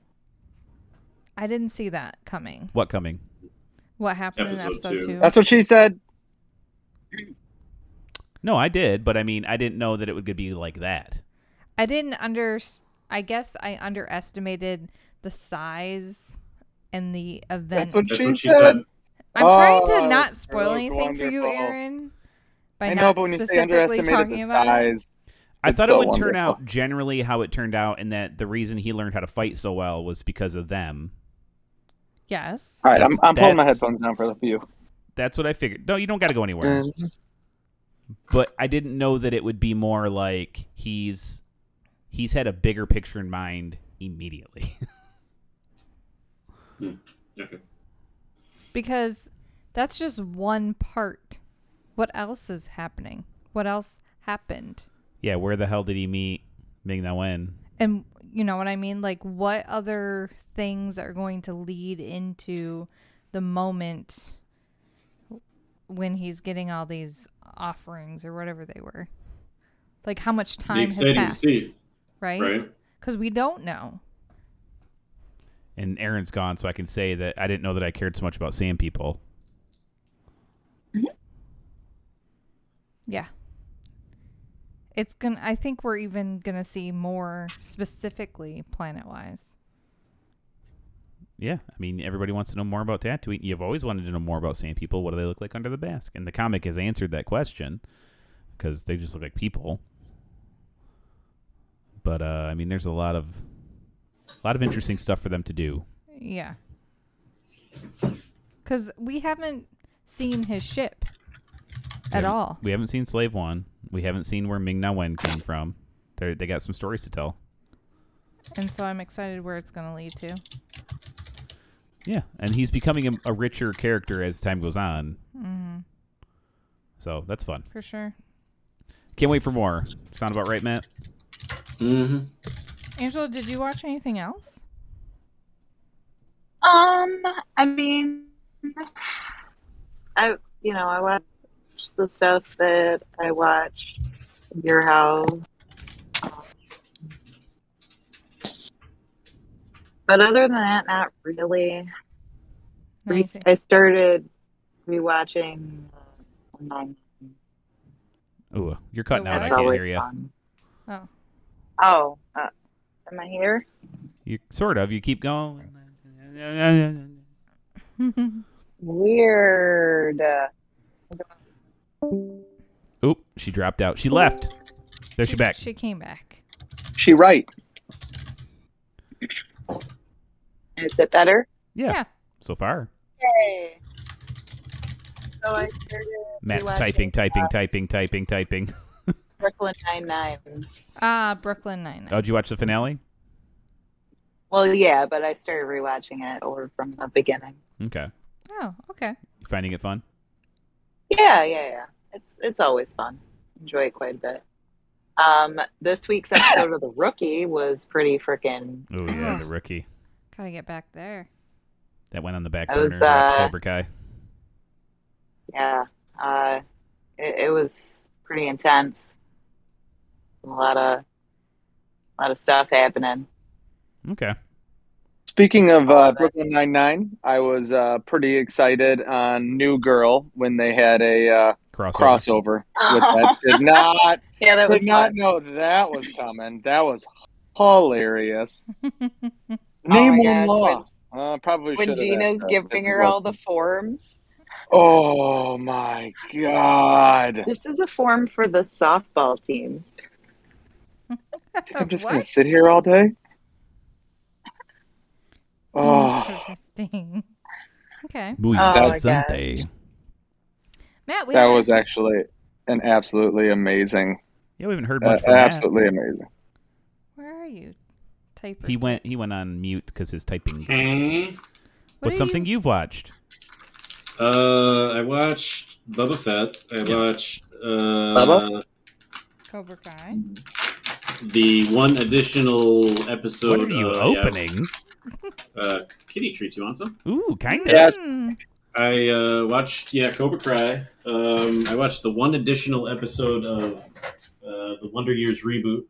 I didn't see that coming. What coming? What happened in Episode episode two. two? That's what she said. No, I did, but I mean, I didn't know that it would be like that. I didn't under. I guess I underestimated the size and the event. That's what That's she what she said. said. I'm trying Oh, to not spoil look anything for you, wonderful. Aaron. By I not know, but when you say specifically underestimated talking the about it. size, I It's thought so it would turn wonderful. out generally how it turned out, and that the reason he learned how to fight so well was because of them. Yes. all right, I'm, That's- I'm pulling my that's- headphones down for the view. That's what I figured. No, you don't got to go anywhere. But I didn't know that it would be more like he's he's had a bigger picture in mind immediately. Okay. because that's just one part. What else is happening? What else happened? yeah, where the hell did he meet Ming Na Wen? And you know what I mean? Like, what other things are going to lead into the moment when he's getting all these offerings or whatever they were? Like, how much Be time has exciting to passed? see, Right? right? Because we don't know. And Aaron's gone, so I can say that I didn't know that I cared so much about sand people. Yeah. It's gonna I think we're even gonna see more specifically planet wise. Yeah, I mean, everybody wants to know more about Tatooine. You've always wanted to know more about sand people. What do they look like under the mask? And the comic has answered that question because they just look like people. But uh, I mean, there's a lot of a lot of interesting stuff for them to do. Yeah. Cause we haven't seen his ship at Yeah. all. We haven't seen Slave One. We haven't seen where Ming Na Wen came from. They they got some stories to tell. And so I'm excited where it's gonna lead to. Yeah, and he's becoming a, a richer character as time goes on. So that's fun. For sure. Can't wait for more. Sound about right, Matt? Mm-hmm. Angela, did you watch anything else? Um, I mean, I you know I watch the stuff that I watch. Your house, but other than that, not really. Re- Nice. I started rewatching. uh, Nine. Ooh, you're cutting The out. I what? It's can't always hear you. fun. Oh. Oh, uh, am I here? You sort of. You keep going. Weird. Uh, Oop! She dropped out. She left. There she, back. She came back. She right. Is it better? yeah. So far, Yay. So I started Matt's rewatching typing, typing, typing, typing, typing. Brooklyn Nine Nine. Ah, Brooklyn Nine Oh, did you watch the finale? Well, yeah, but I started rewatching it over from the beginning. Okay. Oh, okay. You finding it fun? Yeah, yeah, yeah. It's it's always fun. Enjoy it quite a bit. Um, this week's episode of The Rookie was pretty freaking. Oh yeah, the rookie Gotta get back there. that went on the back I burner. was, to watch uh, Cobra Kai. Yeah, uh, it, it was pretty intense. A lot of, a lot of stuff happening. Okay. Speaking of uh, that. Brooklyn Nine Nine, I was uh, pretty excited on New Girl when they had a uh, Crossover. crossover with that. Did not Yeah, that did was not fun. know that was coming. That was hilarious. my Name one God, law. Uh, probably Oh, When should've Gina's asked that. giving her all the forms. Oh my god! This is a form for the softball team. I'm just gonna What? sit here all day. Oh, Interesting. Okay. Muy Oh, my interesante. Matt, we that haven't- was actually an absolutely amazing, Yeah, we haven't heard uh, much from Matt. absolutely amazing. where are you? Typer. He went. He went on mute because his typing Hey, What was are something you've watched. uh, I watched Boba Fett. I watched uh, Bubba? Cobra Kai. the one additional episode. what are you uh, yeah, opening? uh, Kitty treats. You want some? Ooh, kind of. Yes. Mm, I uh, watched, yeah, Cobra Cry. Um, I watched the one additional episode of uh, the Wonder Years reboot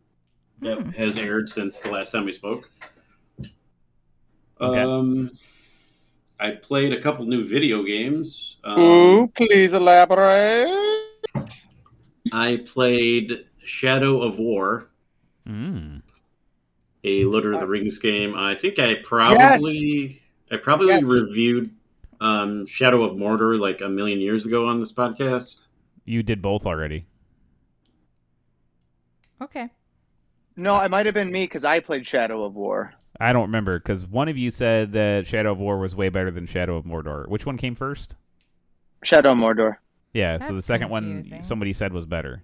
that Hmm. has aired since the last time we spoke. Okay. Um, I played a couple new video games. Um, Ooh, please elaborate. I played Shadow of War, Mm. a Lord of the Rings game. I think I probably, I probably Yes. reviewed um, Shadow of Mordor like a million years ago on this podcast. You did both already. Okay. No, it might have been me because I played Shadow of War. I don't remember because one of you said that Shadow of War was way better than Shadow of Mordor. Which one came first? Shadow of Mordor. Yeah, so That's the second confusing. one somebody said was better.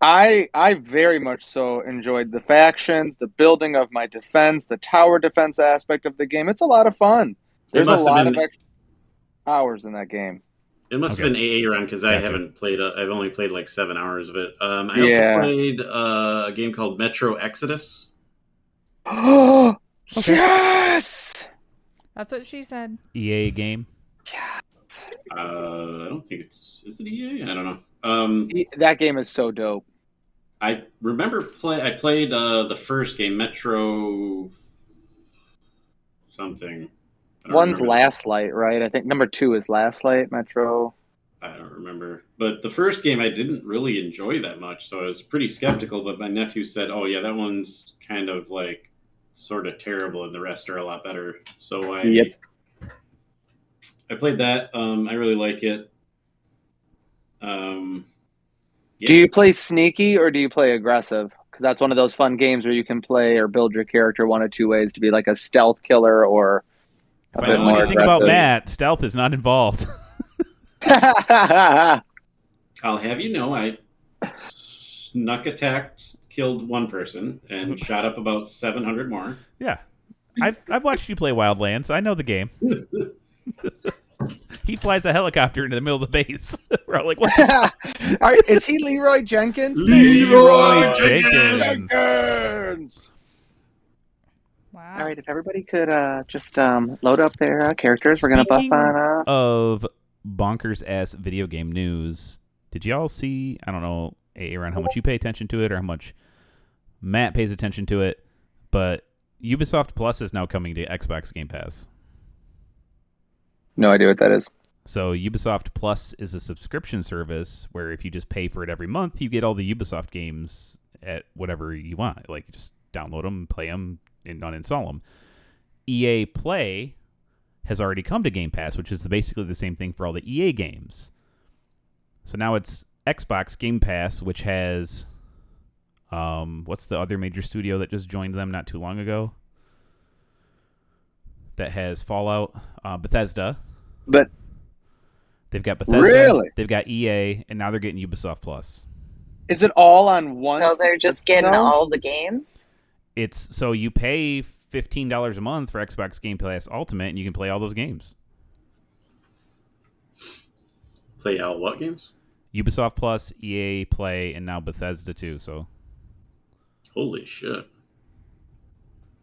I I very much so enjoyed the factions, the building of my defense, the tower defense aspect of the game. It's a lot of fun. It There's a must have lot been- of extra hours in that game. It must Okay. have been AA run because I Gotcha. haven't played. Uh, I've only played like seven hours of it. Um, I Yeah. also played uh, a game called Metro Exodus. Oh Yes. That's what she said. EA E game. Uh, I don't think it's is it EA. I don't know. Um, E- That game is so dope. I remember play. I played uh, the first game, Metro something. I don't One's remember. Last Light, right? I think number two is Last Light Metro. I don't remember. But the first game I didn't really enjoy that much, so I was pretty skeptical. But my nephew said, "Oh yeah, that one's kind of like sort of terrible, and the rest are a lot better." So I Yep. I played that. Um, I really like it. Um, yeah. Do you play sneaky or do you play aggressive? Because that's one of those fun games where you can play or build your character one of two ways to be like a stealth killer or a If I I bit know know more anything aggressive. about Matt, stealth is not involved. I'll have you know, I snuck attacked, killed one person, and shot up about seven hundred more. yeah. I've, I've watched you play Wildlands. I know the game. he flies a helicopter into the middle of the base. We're all like, what? the- All right, is he Leroy Jenkins? Leroy Jenkins. Jenkins. Wow. All right, if everybody could uh, just um, load up their uh, characters, we're gonna Speaking buff on. Uh, of bonkers ass video game news. Did y'all see? I don't know, Aaron, how much you pay attention to it or how much Matt pays attention to it, but Ubisoft Plus is now coming to Xbox Game Pass. no idea what that is. So Ubisoft Plus is a subscription service where if you just pay for it every month, you get all the Ubisoft games at whatever you want. Like you just download them, play them, and uninstall them. EA Play has already come to Game Pass, which is basically the same thing for all the EA games. So now it's Xbox Game Pass, which has um what's the other major studio that just joined them not too long ago? That has Fallout, uh, Bethesda. But They've got Bethesda. Really? They've got EA, and now they're getting Ubisoft Plus. is it all on one? So they're just getting No? all the games. It's so you pay fifteen dollars a month for Xbox Game Pass Ultimate, and you can play all those games. Play out what games? Ubisoft Plus, EA Play, and now Bethesda too. So Holy shit!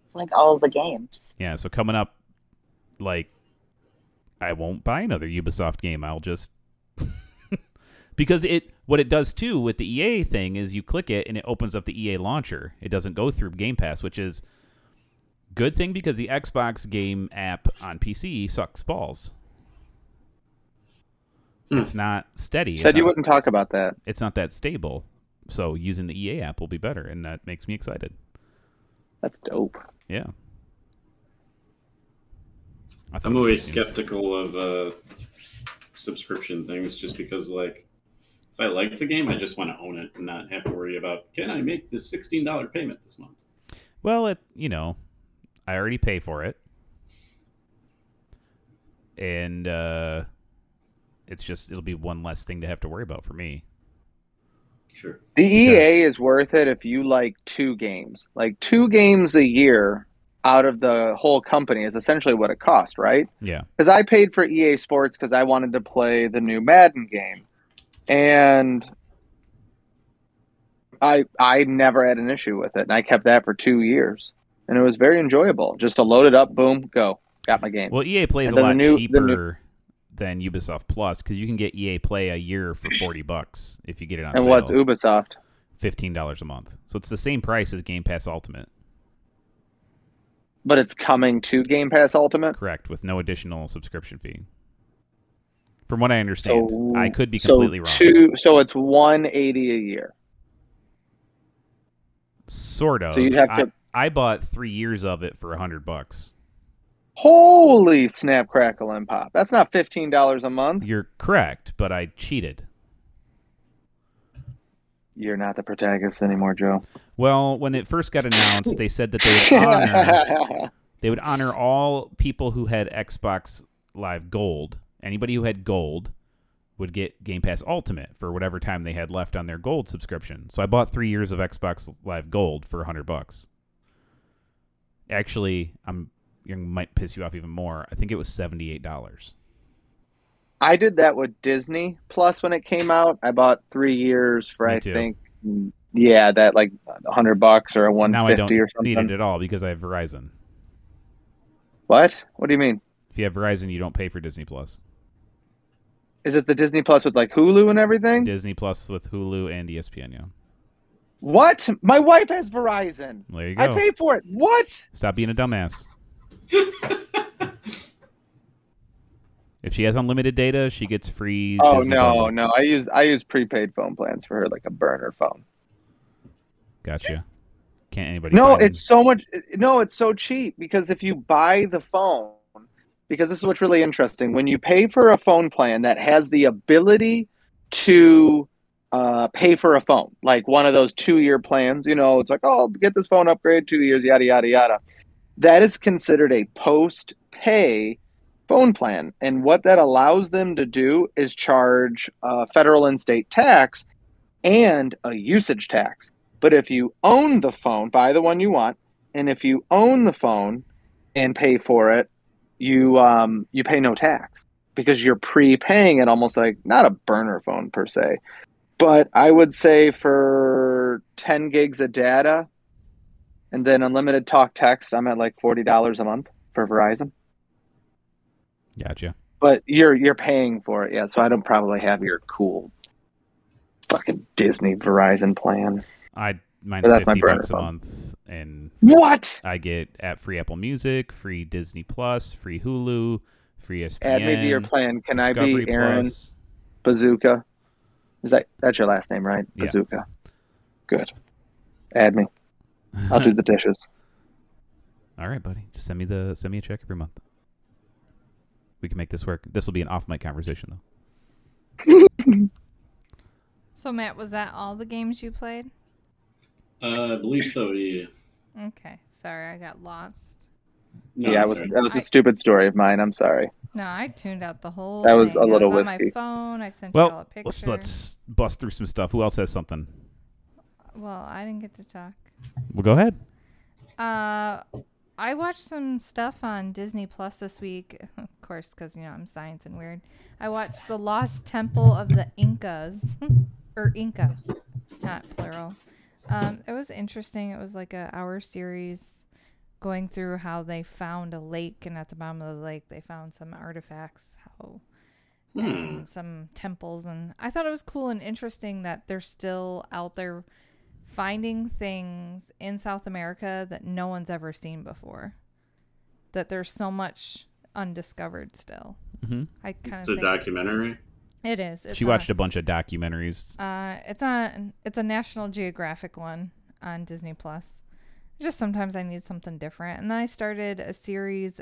It's like all the games. yeah, so coming up, like, I won't buy another Ubisoft game. I'll just because it what it does too with the EA thing is you click it and it opens up the EA launcher. It doesn't go through Game Pass, which is good thing because the Xbox game app on PC sucks balls. Hmm. It's not steady. Said it's, you not, wouldn't talk about that. it's not that stable. So using the EA app will be better, and that makes me excited. That's dope. Yeah. I thought I'm it was always good news. skeptical of uh, subscription things just because, like, if I like the game, I just want to own it and not have to worry about can I make this $16 payment this month? Well, it you know, I already pay for it, and uh, it's just it'll be one less thing to have to worry about for me. Sure. The EA Yes. is worth it if you like two games. Like two games a year out of the whole company is essentially what it cost, right? Yeah, Because I paid for EA Sports because I wanted to play the new Madden game, and I I never had an issue with it, and I kept that for two years, and it was very enjoyable. Just to load it up, boom, go, got my game. well, EA Play is And a then the lot new- the cheaper new- than Ubisoft Plus because you can get EA Play a year for forty bucks if you get it on and sale. what's Ubisoft? fifteen dollars a month? So it's the same price as Game Pass Ultimate, But it's coming to Game Pass Ultimate. correct? With no additional subscription fee. From what I understand, So- I could be completely so wrong. Two, so it's one eighty a year. Sort of. So you'd have I- to- I, bought three years of it for a hundred bucks. Holy snap, crackle, and pop. That's not $15 a month. You're correct, but I cheated. You're not the protagonist anymore, Joe. Well, when it first got announced, they said that they would honor they would honor all people who had Xbox Live Gold. Anybody who had Gold would get Game Pass Ultimate for whatever time they had left on their Gold subscription. So I bought 3 years of Xbox Live Gold for 100 bucks. Actually, I'm it might piss you off even more. I think it was $78. I did that with Disney Plus when it came out. I bought three years for Me I too. think yeah, that like hundred bucks or a one Now I don't fifty or need it something. at all because I have Verizon. What? What do you mean? If you have Verizon, you don't pay for Disney Plus. Is it the Disney Plus with like Hulu and everything? Disney Plus with Hulu and E ESPN. Yeah, What? My wife has Verizon. there you go. I pay for it. What? Stop being a dumbass. if she has unlimited data, she gets free. Oh Disney no, bundle. no. I use I use prepaid phone plans for her, like a burner phone. Gotcha. Can't anybody? No, find it's so much. No, it's so cheap because if you buy the phone, because this is what's really interesting. When you pay for a phone plan that has the ability to uh, pay for a phone, like one of those two-year plans, you know, it's like, oh, get this phone upgrade, two years, yada yada yada. That is considered a post-pay phone plan, and what that allows them to do is charge uh, federal and state tax and a usage tax. But if you own the phone, buy the one you want, and if you own the phone and pay for it, you um, you pay no tax because you're prepaying it almost like not a burner phone per se, but I would say for 10 gigs of data and then unlimited talk text, I'm at like $40 a month for Verizon. Gotcha. But you're you're paying for it, yeah. So I don't probably have your cool fucking Disney Verizon plan. I mine's But that's my fifty burner bucks a phone. month, and What? I get at free Apple Music, free Disney Plus, free Hulu, free ESPN. Add me to your plan. Can I Discovery be Aaron? Plus. Bazooka. Is that that's your last name, right? Yeah. Bazooka. Good. Add me. I'll do the dishes. All right, buddy. Just send me the send me a check every month. We can make this work. This will be an off mic conversation though. So Matt, was that all the games you played? Uh, I believe so. Yeah. Okay, sorry, I got lost. No, yeah, I that's was right. that was a stupid story of mine. I'm sorry. No, I tuned out the whole. That was thing. a I little was on whiskey. My phone. I sent you all a Well, picture. let's let's bust through some stuff. Who else has something? Well, I didn't get to talk. Well, go ahead. Uh, I watched some stuff on Disney Plus this week, of course, because you know I'm science and weird. I watched The Lost Temple of the Incas, or Inca, not plural. Um, it was interesting. It was like a hour series going through how they found a lake, and at the bottom of the lake they found some artifacts. How and some temples and I thought it was cool and interesting that they're still out there finding things in South America that no one's ever seen before. That there's so much undiscovered still. Mhm. I kind of It's a think documentary. it is. It's she on- watched a bunch of documentaries. uh, it's on. It's a National Geographic one on Disney Plus. Just sometimes I need something different, and then I started a series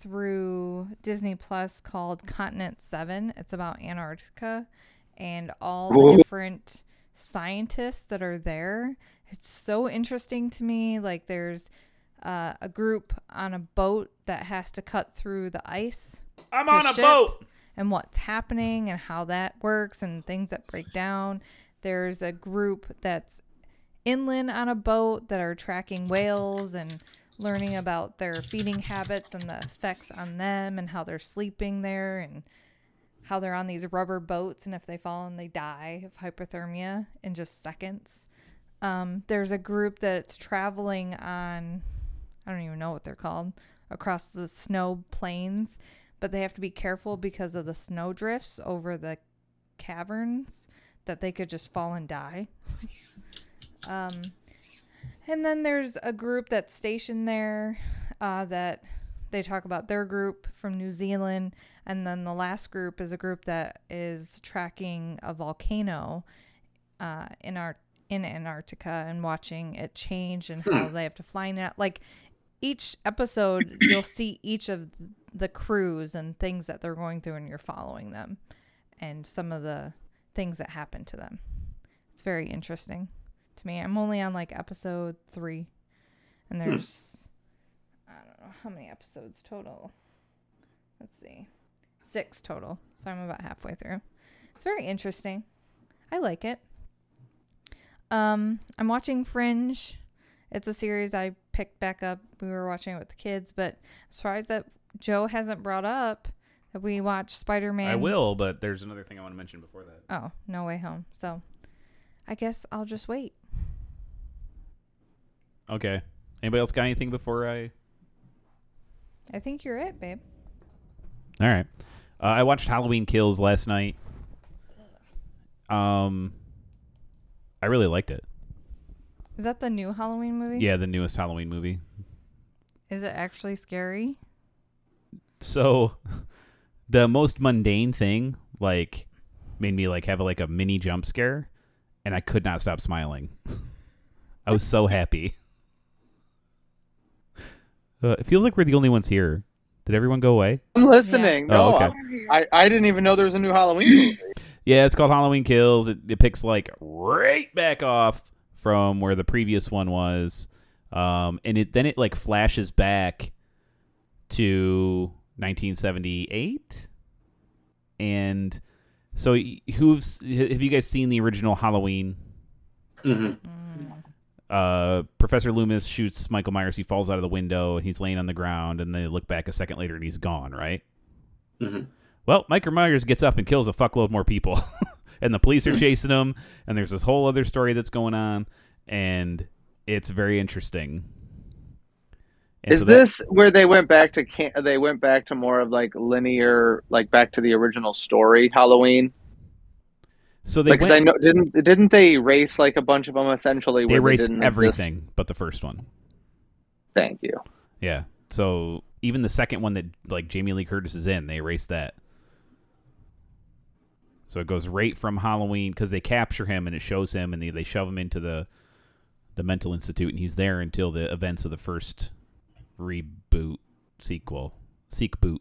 through Disney Plus called Continent Seven. It's about Antarctica and all the Whoa. different scientists that are there. It's so interesting to me. Like there's uh, a group on a boat that has to cut through the ice I'm to ship and what's happening and how that works and things that break down. There's a group that's inland on a boat that are tracking whales and learning about their feeding habits and the effects on them and how they're sleeping there and how they're on these rubber boats and if they fall and they die of hypothermia in just seconds. Um, there's a group that's traveling on, I don't even know what they're called, across the snow plains, but they have to be careful because of the snow drifts over the caverns that they could just fall and die. um, and then there's a group that's stationed there uh, that they talk about their group from New Zealand. And then the last group is a group that is tracking a volcano uh, in our in Antarctica and watching it change and how they have to fly in and out. Like each episode, you'll see each of the crews and things that they're going through, and you're following them and some of the things that happen to them. It's it's very interesting to me. I'm only on like episode three, and there's I don't know how many episodes total. Let's see, six total. So I'm about halfway through. It's very interesting. I like it. Um, I'm watching Fringe. It's a series I picked back up. We were watching it with the kids, but as far as that Joe hasn't brought up that we watched Spider Man. I will, but there's another thing I want to mention before that. Oh, No Way Home. So I guess I'll just wait. Okay. Anybody else got anything before I? I think you're it, babe. All right. Uh, I watched Halloween Kills last night. Um, I really liked it. Is that the new Halloween movie? Yeah, the newest Halloween movie. Is it actually scary? So, the most mundane thing like made me like have like a mini jump scare, and I could not stop smiling. I was so happy. Uh, it feels like we're the only ones here. Did everyone go away? I'm listening. Yeah. No, Oh, okay. I'm- I, I didn't even know there was a new Halloween movie. Yeah, it's called Halloween Kills. It, it picks like right back off from where the previous one was, um, and it then it like flashes back to 1978, and so y- who's have you guys seen the original Halloween? Mm-hmm. Mm. Mhm. Uh, Professor Loomis shoots Michael Myers. He falls out of the window and he's laying on the ground. And they look back a second later and he's gone. Right. Mhm. Well, Michael Myers gets up and kills a fuckload more people, and the police are chasing him. And there's this whole other story that's going on, and it's very interesting. And Is so that- this where they went back to can- they went back to more of like linear, like back to the original story Halloween? so? They Because went- I know didn't didn't they erase like a bunch of them essentially? they where erased didn't exist? everything but the first one. Thank you. Yeah. So even the second one that like Jamie Lee Curtis is in, they erased that. So it goes right from Halloween because they capture him and it shows him and they, they shove him into the the mental institute and he's there until the events of the first reboot sequel seek boot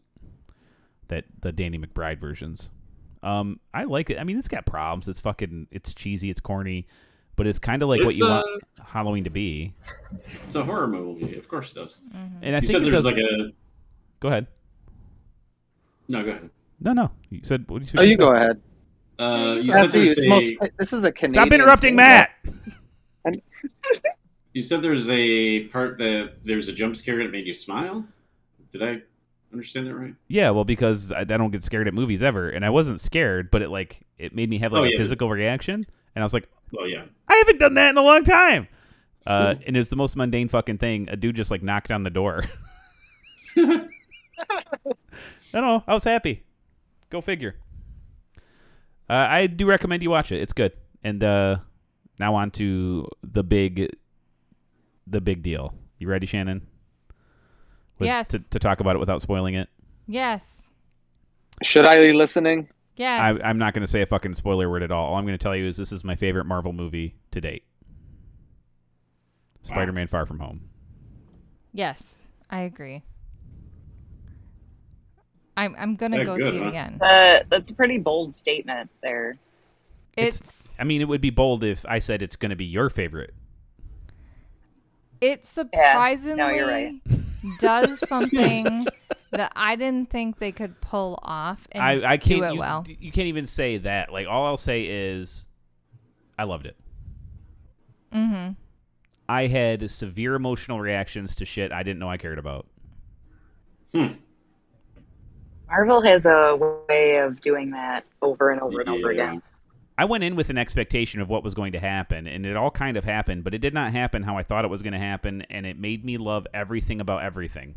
that the Danny McBride versions. Um, I like it. I mean, it's got problems. It's fucking it's cheesy. It's corny, but it's kind of like what It's, you uh, want Halloween to be. It's a horror movie. Of course it does. Mm-hmm. And I you think said it there's does. like a. go ahead. No, go ahead. No, no. You said what did Oh, you say? go ahead. Uh, you said After you, there's it's a. most, this is a Canadian. Stop interrupting stand-up. Matt. You said there's a part that there's a jump scare that made you smile. Did I understand that right? Yeah, well, because I, I don't get scared at movies ever, and I wasn't scared, but it like it made me have like Oh, a yeah. physical reaction, and I was like, Oh yeah. I haven't done that in a long time. Uh, and it's the most mundane fucking thing. A dude just like knocked on the door. I don't know. I was happy. Go figure. Uh, I do recommend you watch it. It's good. And uh, now on to the big, the big deal. You ready, Shannon? With- Yes. To, to talk about it without spoiling it. Yes. Should I be listening? Yes. I, I'm not going to say a fucking spoiler word at all. All I'm going to tell you is this is my favorite Marvel movie to date. Spider-Man: Far From Home. yes. I agree. I'm, I'm going to Yeah, go good, see it huh? again. Uh, that's a pretty bold statement there. It's, I mean, it would be bold if I said it's going to be your favorite. it surprisingly right. does something that I didn't think they could pull off and I, I can't. do it you, well. you can't even say that. Like all I'll say is, I loved it. Mm-hmm. I had severe emotional reactions to shit I didn't know I cared about. Hmm, Marvel has a way of doing that over and over and over Yeah. again. I went in with an expectation of what was going to happen, and it all kind of happened, but it did not happen how I thought it was going to happen, and it made me love everything about everything.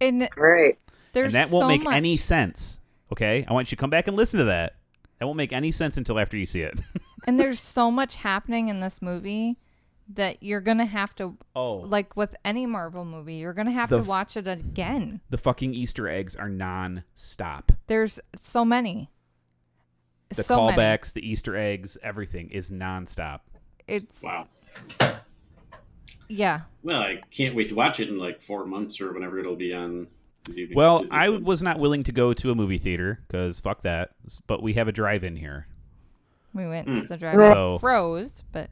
And Right. there's and that won't so make much. any sense. Okay, I want you to come back and listen to that. That won't make any sense until after you see it. and there's so much happening in this movie that you're gonna have to oh, like with any marvel movie you're gonna have The to f- watch it again the fucking Easter eggs are non-stop. there's so many The so many. callbacks, the Easter eggs, everything is non-stop. it's Wow. yeah Well, I can't wait to watch it in like four months or whenever it'll be on. Disney- Well, Disney I Plus. was not willing to go to a movie theater because fuck that. But we have a drive-in here, We went to Mm. the drive So- froze, but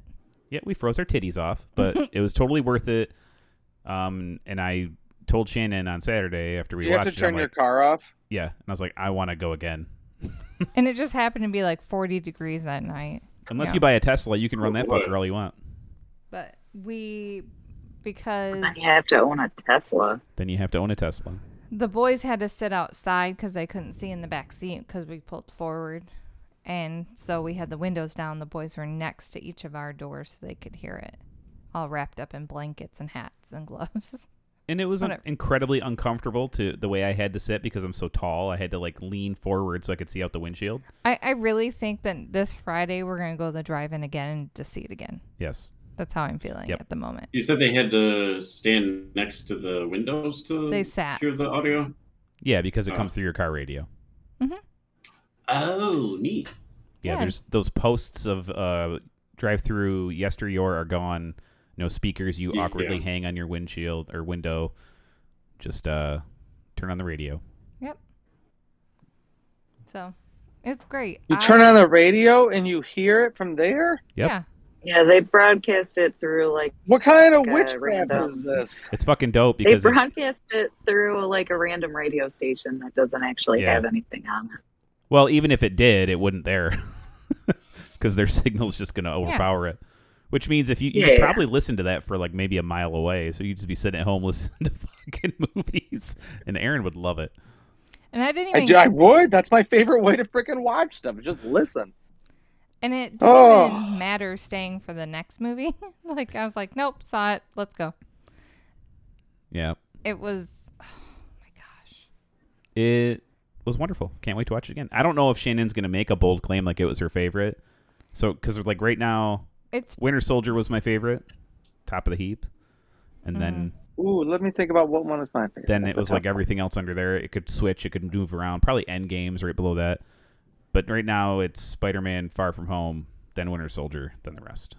Yeah, we froze our titties off, but it was totally worth it. Um, and I told Shannon on Saturday after we Do you have watched to it, I'm turn your like, car off? yeah, and I was like, I want to go again. and it just happened to be like 40 degrees that night. Unless Yeah. you buy a Tesla, you can run that What? fucker all you want. But we because I have to own a Tesla. Then you have to own a Tesla. the boys had to sit outside because they couldn't see in the back seat because we pulled forward, and so we had the windows down. The boys were next to each of our doors so they could hear it, all wrapped up in blankets and hats and gloves. And it was un- Whatever. incredibly uncomfortable to the way I had to sit because I'm so tall. I had to like lean forward so I could see out the windshield. I, I really think that this Friday we're gonna go to the drive-in again and just see it again. Yes. That's how I'm feeling Yep. at the moment. You said they had to stand next to the windows to They sat. hear the audio. Yeah, because it Oh. comes through your car radio. Oh, neat. Yeah, Yeah. there's those posts of uh, drive-through yesteryear are gone. No speakers you Yeah. awkwardly hang on your windshield or window. Just uh, turn on the radio. So it's great. You I- turn on the radio and you hear it from there? Yep. Yeah. Yeah, they broadcast it through like What kind of Like a witchcraft random- is this? It's fucking dope because they it- broadcast it through like a random radio station that doesn't actually Yeah. have anything on it. well, even if it did, it wouldn't there because their signal's just gonna overpower it. Which means if you you could Yeah. probably listen to that for like maybe a mile away, so you'd just be sitting at home listening to fucking movies, and Aaron would love it. And I didn't I, even ju- I would. That's my favorite way to freaking watch stuff. Just listen. and it didn't Oh. even matter staying for the next movie. like I was like, Nope, saw it, let's go. Yeah, It was oh my gosh. it was wonderful. Can't wait to watch it again. I don't know if Shannon's gonna make a bold claim like it was her favorite. So because like right now, It's Winter Soldier was my favorite, top of the heap, and Mm-hmm. then Ooh, let me think about what one is my favorite. then That's it a was tough like everything else under there. It could switch. It could move around. Probably End Games right below that. But right now it's Spider Man Far From Home, then Winter Soldier, then the rest.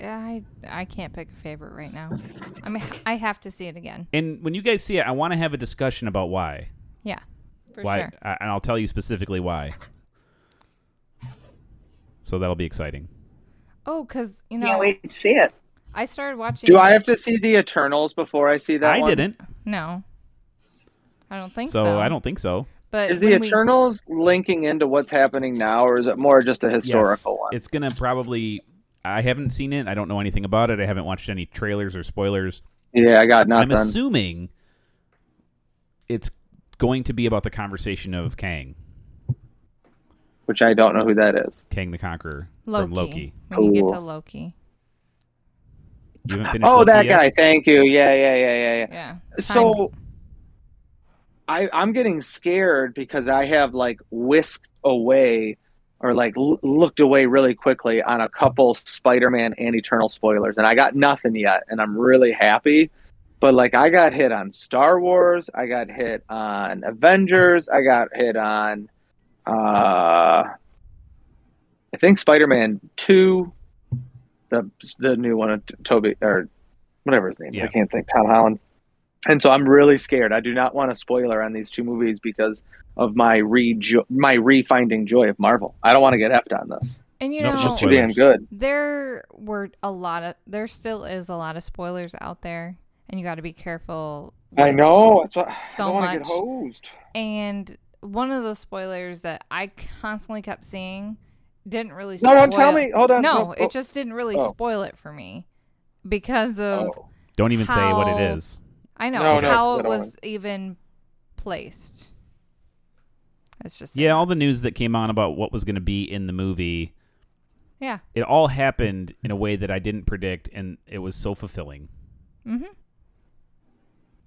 I I can't pick a favorite right now. I mean I have to see it again. And when you guys see it, I want to have a discussion about why. Yeah. For why, sure. I, and I'll tell you specifically why. So that'll be exciting. Oh, because you Can't know wait to see it. I started watching Do I have to see the Eternals before I see that? I one? didn't, No. I don't think so, so. I don't think so. but Is the when we- Eternals linking into what's happening now, or is it more just a historical Yes. one? It's gonna probably. I haven't seen it. I don't know anything about it. I haven't watched any trailers or spoilers. Yeah, I got I'm nothing. assuming it's going to be about the conversation of Kang, which I don't know who that is. Kang the Conqueror Loki. from Loki. When you get to Cool. Loki. You haven't finished. Oh, Loki that yet? guy. Thank you. Yeah, yeah, yeah, yeah, yeah. Yeah. So I, I'm getting scared because I have like whisked away or like l- looked away really quickly on a couple Spider-Man and Eternal spoilers, and I got nothing yet, and I'm really happy. But like I got hit on Star Wars, I got hit on Avengers, I got hit on, uh, I think Spider-Man Two, the the new one of T- Toby or whatever his name is, Yeah. I can't think Tom Holland. And so I'm really scared. I do not want a spoiler on these two movies because of my re my refinding joy of Marvel. I don't want to get effed on this. and you No, know It's it's just too Spoilers. damn good. there were a lot of there still is a lot of spoilers out there and you got to be careful I with- know. That's what I So don't want to get much. hosed. and one of the spoilers that i constantly kept seeing didn't really No, don't tell spoil- me. Hold on. oh, no it just didn't really Oh. spoil it for me because of oh. Don't even say what How- it is. i know No, no, how I it don't was want- even placed it's just Yeah, all the news that came on about what was going to be in the movie, yeah it all happened in a way that I didn't predict, and it was so fulfilling. mm-hmm.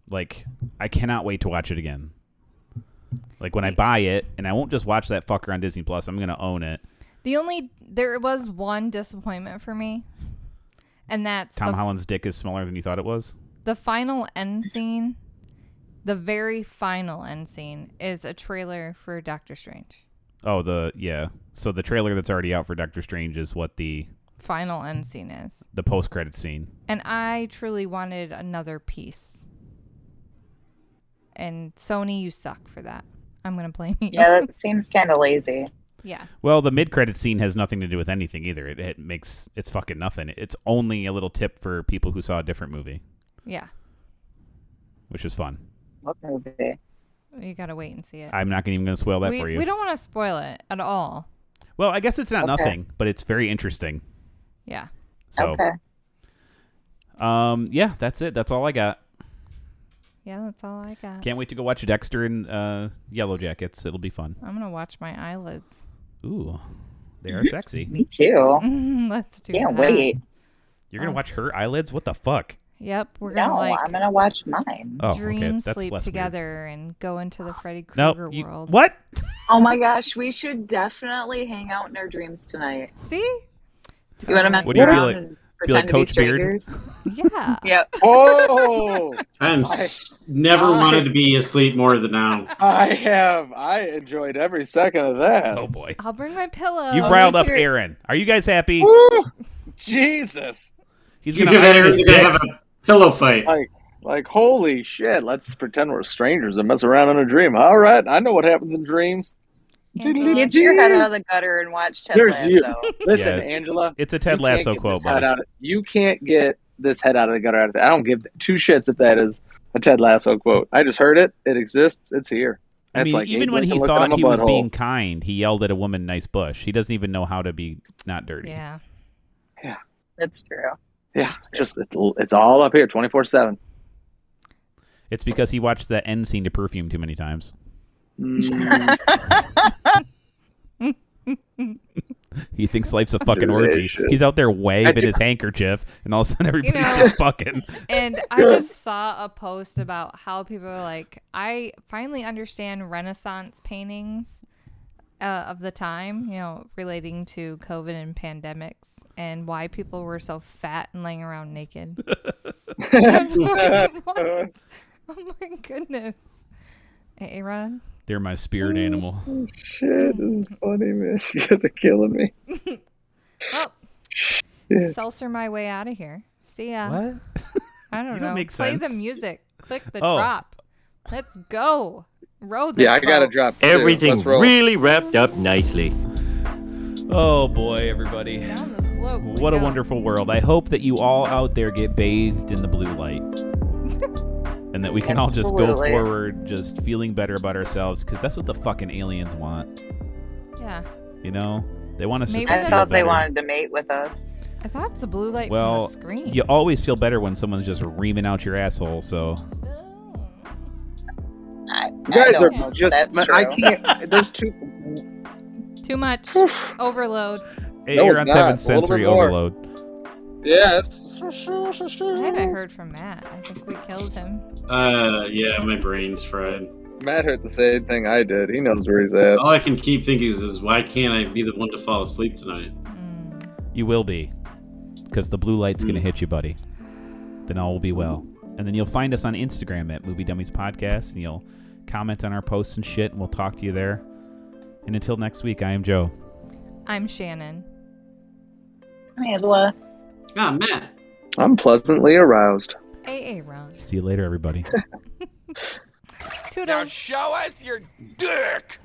Like I cannot wait to watch it again. Like when I buy it, and I won't just watch that fucker on Disney Plus. I'm gonna own it. the only there was one disappointment for me and that's Tom the Holland's dick is smaller than you thought it was. the final end scene, the very final end scene is a trailer for Doctor Strange. Oh, the yeah. So the trailer that's already out for Doctor Strange is what the Final end scene is. the post credit scene. And I truly wanted another piece. And Sony, you suck for that. I'm going to blame you. Yeah, that seems kind of lazy. Yeah. Well, the mid-credit scene has nothing to do with anything either. It, it makes it's fucking nothing. It's only a little tip for people who saw a different movie, Yeah. which is fun. What movie? You got to wait and see it. I'm not even going to spoil that we, for you. we don't want to spoil it at all. well, I guess it's not Okay. nothing, but it's very interesting. Yeah. So, Okay. um, yeah, that's it. That's all I got. Yeah, that's all I got. Can't wait to go watch Dexter and uh, Yellow Jackets. It'll be fun. I'm going to watch my eyelids. Ooh, they are sexy. Me too. Mm-hmm. Let's do Can't that. wait. You're gonna watch her eyelids? What the fuck? Yep. We're going to No, like I'm gonna watch mine. Oh, okay, dream that's sleep less weird. together and go into the Freddy Krueger No, you- world. what? Oh my gosh, we should definitely hang out in our dreams tonight. See? You Uh, want to mess What do you be around like- and be like pretend Coach to be Beard? strangers? Yeah. Yep. Oh, I'm s- never wanted to be asleep more than now. I have. I enjoyed every second of that. Oh boy, I'll bring my pillow. you've riled up Aaron. Are you guys happy? Woo! Jesus! He's You gonna could iron have, his you could dick. have a pillow fight. Like, like, holy shit! Let's pretend we're strangers and mess around in a dream. All right, I know what happens in dreams. Angela. Get your head out of the gutter and watch Ted There's Lasso. you. Listen, Yeah. Angela, It's a Ted you can't Lasso get quote, this head buddy. out of- you can't get this head out of the gutter. Out of the, I don't give two shits if that is a Ted Lasso quote. I just heard it. It exists. It's here. I mean, That's like even Abe when he Lincoln looking thought at my he was butthole. being kind, he yelled at a woman, "Nice bush." He doesn't even know how to be not dirty. Yeah. That's true. yeah, it's just it's, it's all up here, twenty four seven. It's because he watched that end scene to Perfume too many times. Mm. He thinks life's a fucking orgy. Delicious. He's out there waving ju- his handkerchief, and all of a sudden everybody's know- just fucking. And I just saw a post about how people are like, I finally understand Renaissance paintings uh, of the time, you know, relating to COVID and pandemics and why people were so fat and laying around naked. I'm like, "What? Oh my goodness. Aaron? They're my spirit animal. Shit, this is funny, man. You guys are killing me. Oh. Yeah. Seltzer my way out of here. See ya. What? I don't You don't know. make Play the sense. music. Click the Oh. drop. Let's go. Row this Yeah, I gotta boat. drop too. Everything Let's roll. really wrapped up nicely. Oh boy, everybody. down the slope. we What a go. wonderful world. I hope that you all out there get bathed in the blue light. And that we can all just go Absolutely. forward just feeling better about ourselves because that's what the fucking aliens want. Yeah, You know? They want us Maybe just to that's- I feel thought they better. wanted to mate with us. I thought it's the blue light Well, from the screen. you always feel better when someone's just reaming out your asshole, so I, You guys I are don't know if just. That's I true. can't. There's two. Too much overload. Hey, No, you're it's on not. seven A little bit sensory more. overload. Yes. I haven't heard from Matt. I think we killed him. Uh, yeah, my brain's fried. Matt heard the same thing I did. He knows where he's at. All I can keep thinking is, is why can't I be the one to fall asleep tonight? Mm. You will be. Because the blue light's going to hit you, buddy. Then all will be well. And then you'll find us on Instagram at Movie Dummies Podcast, and you'll comment on our posts and shit, and we'll talk to you there. And until next week, I am Joe. I'm Shannon. Angela. Ah, Matt. I'm pleasantly aroused. AA Ron. See you later, everybody. Toodles. show us your dick!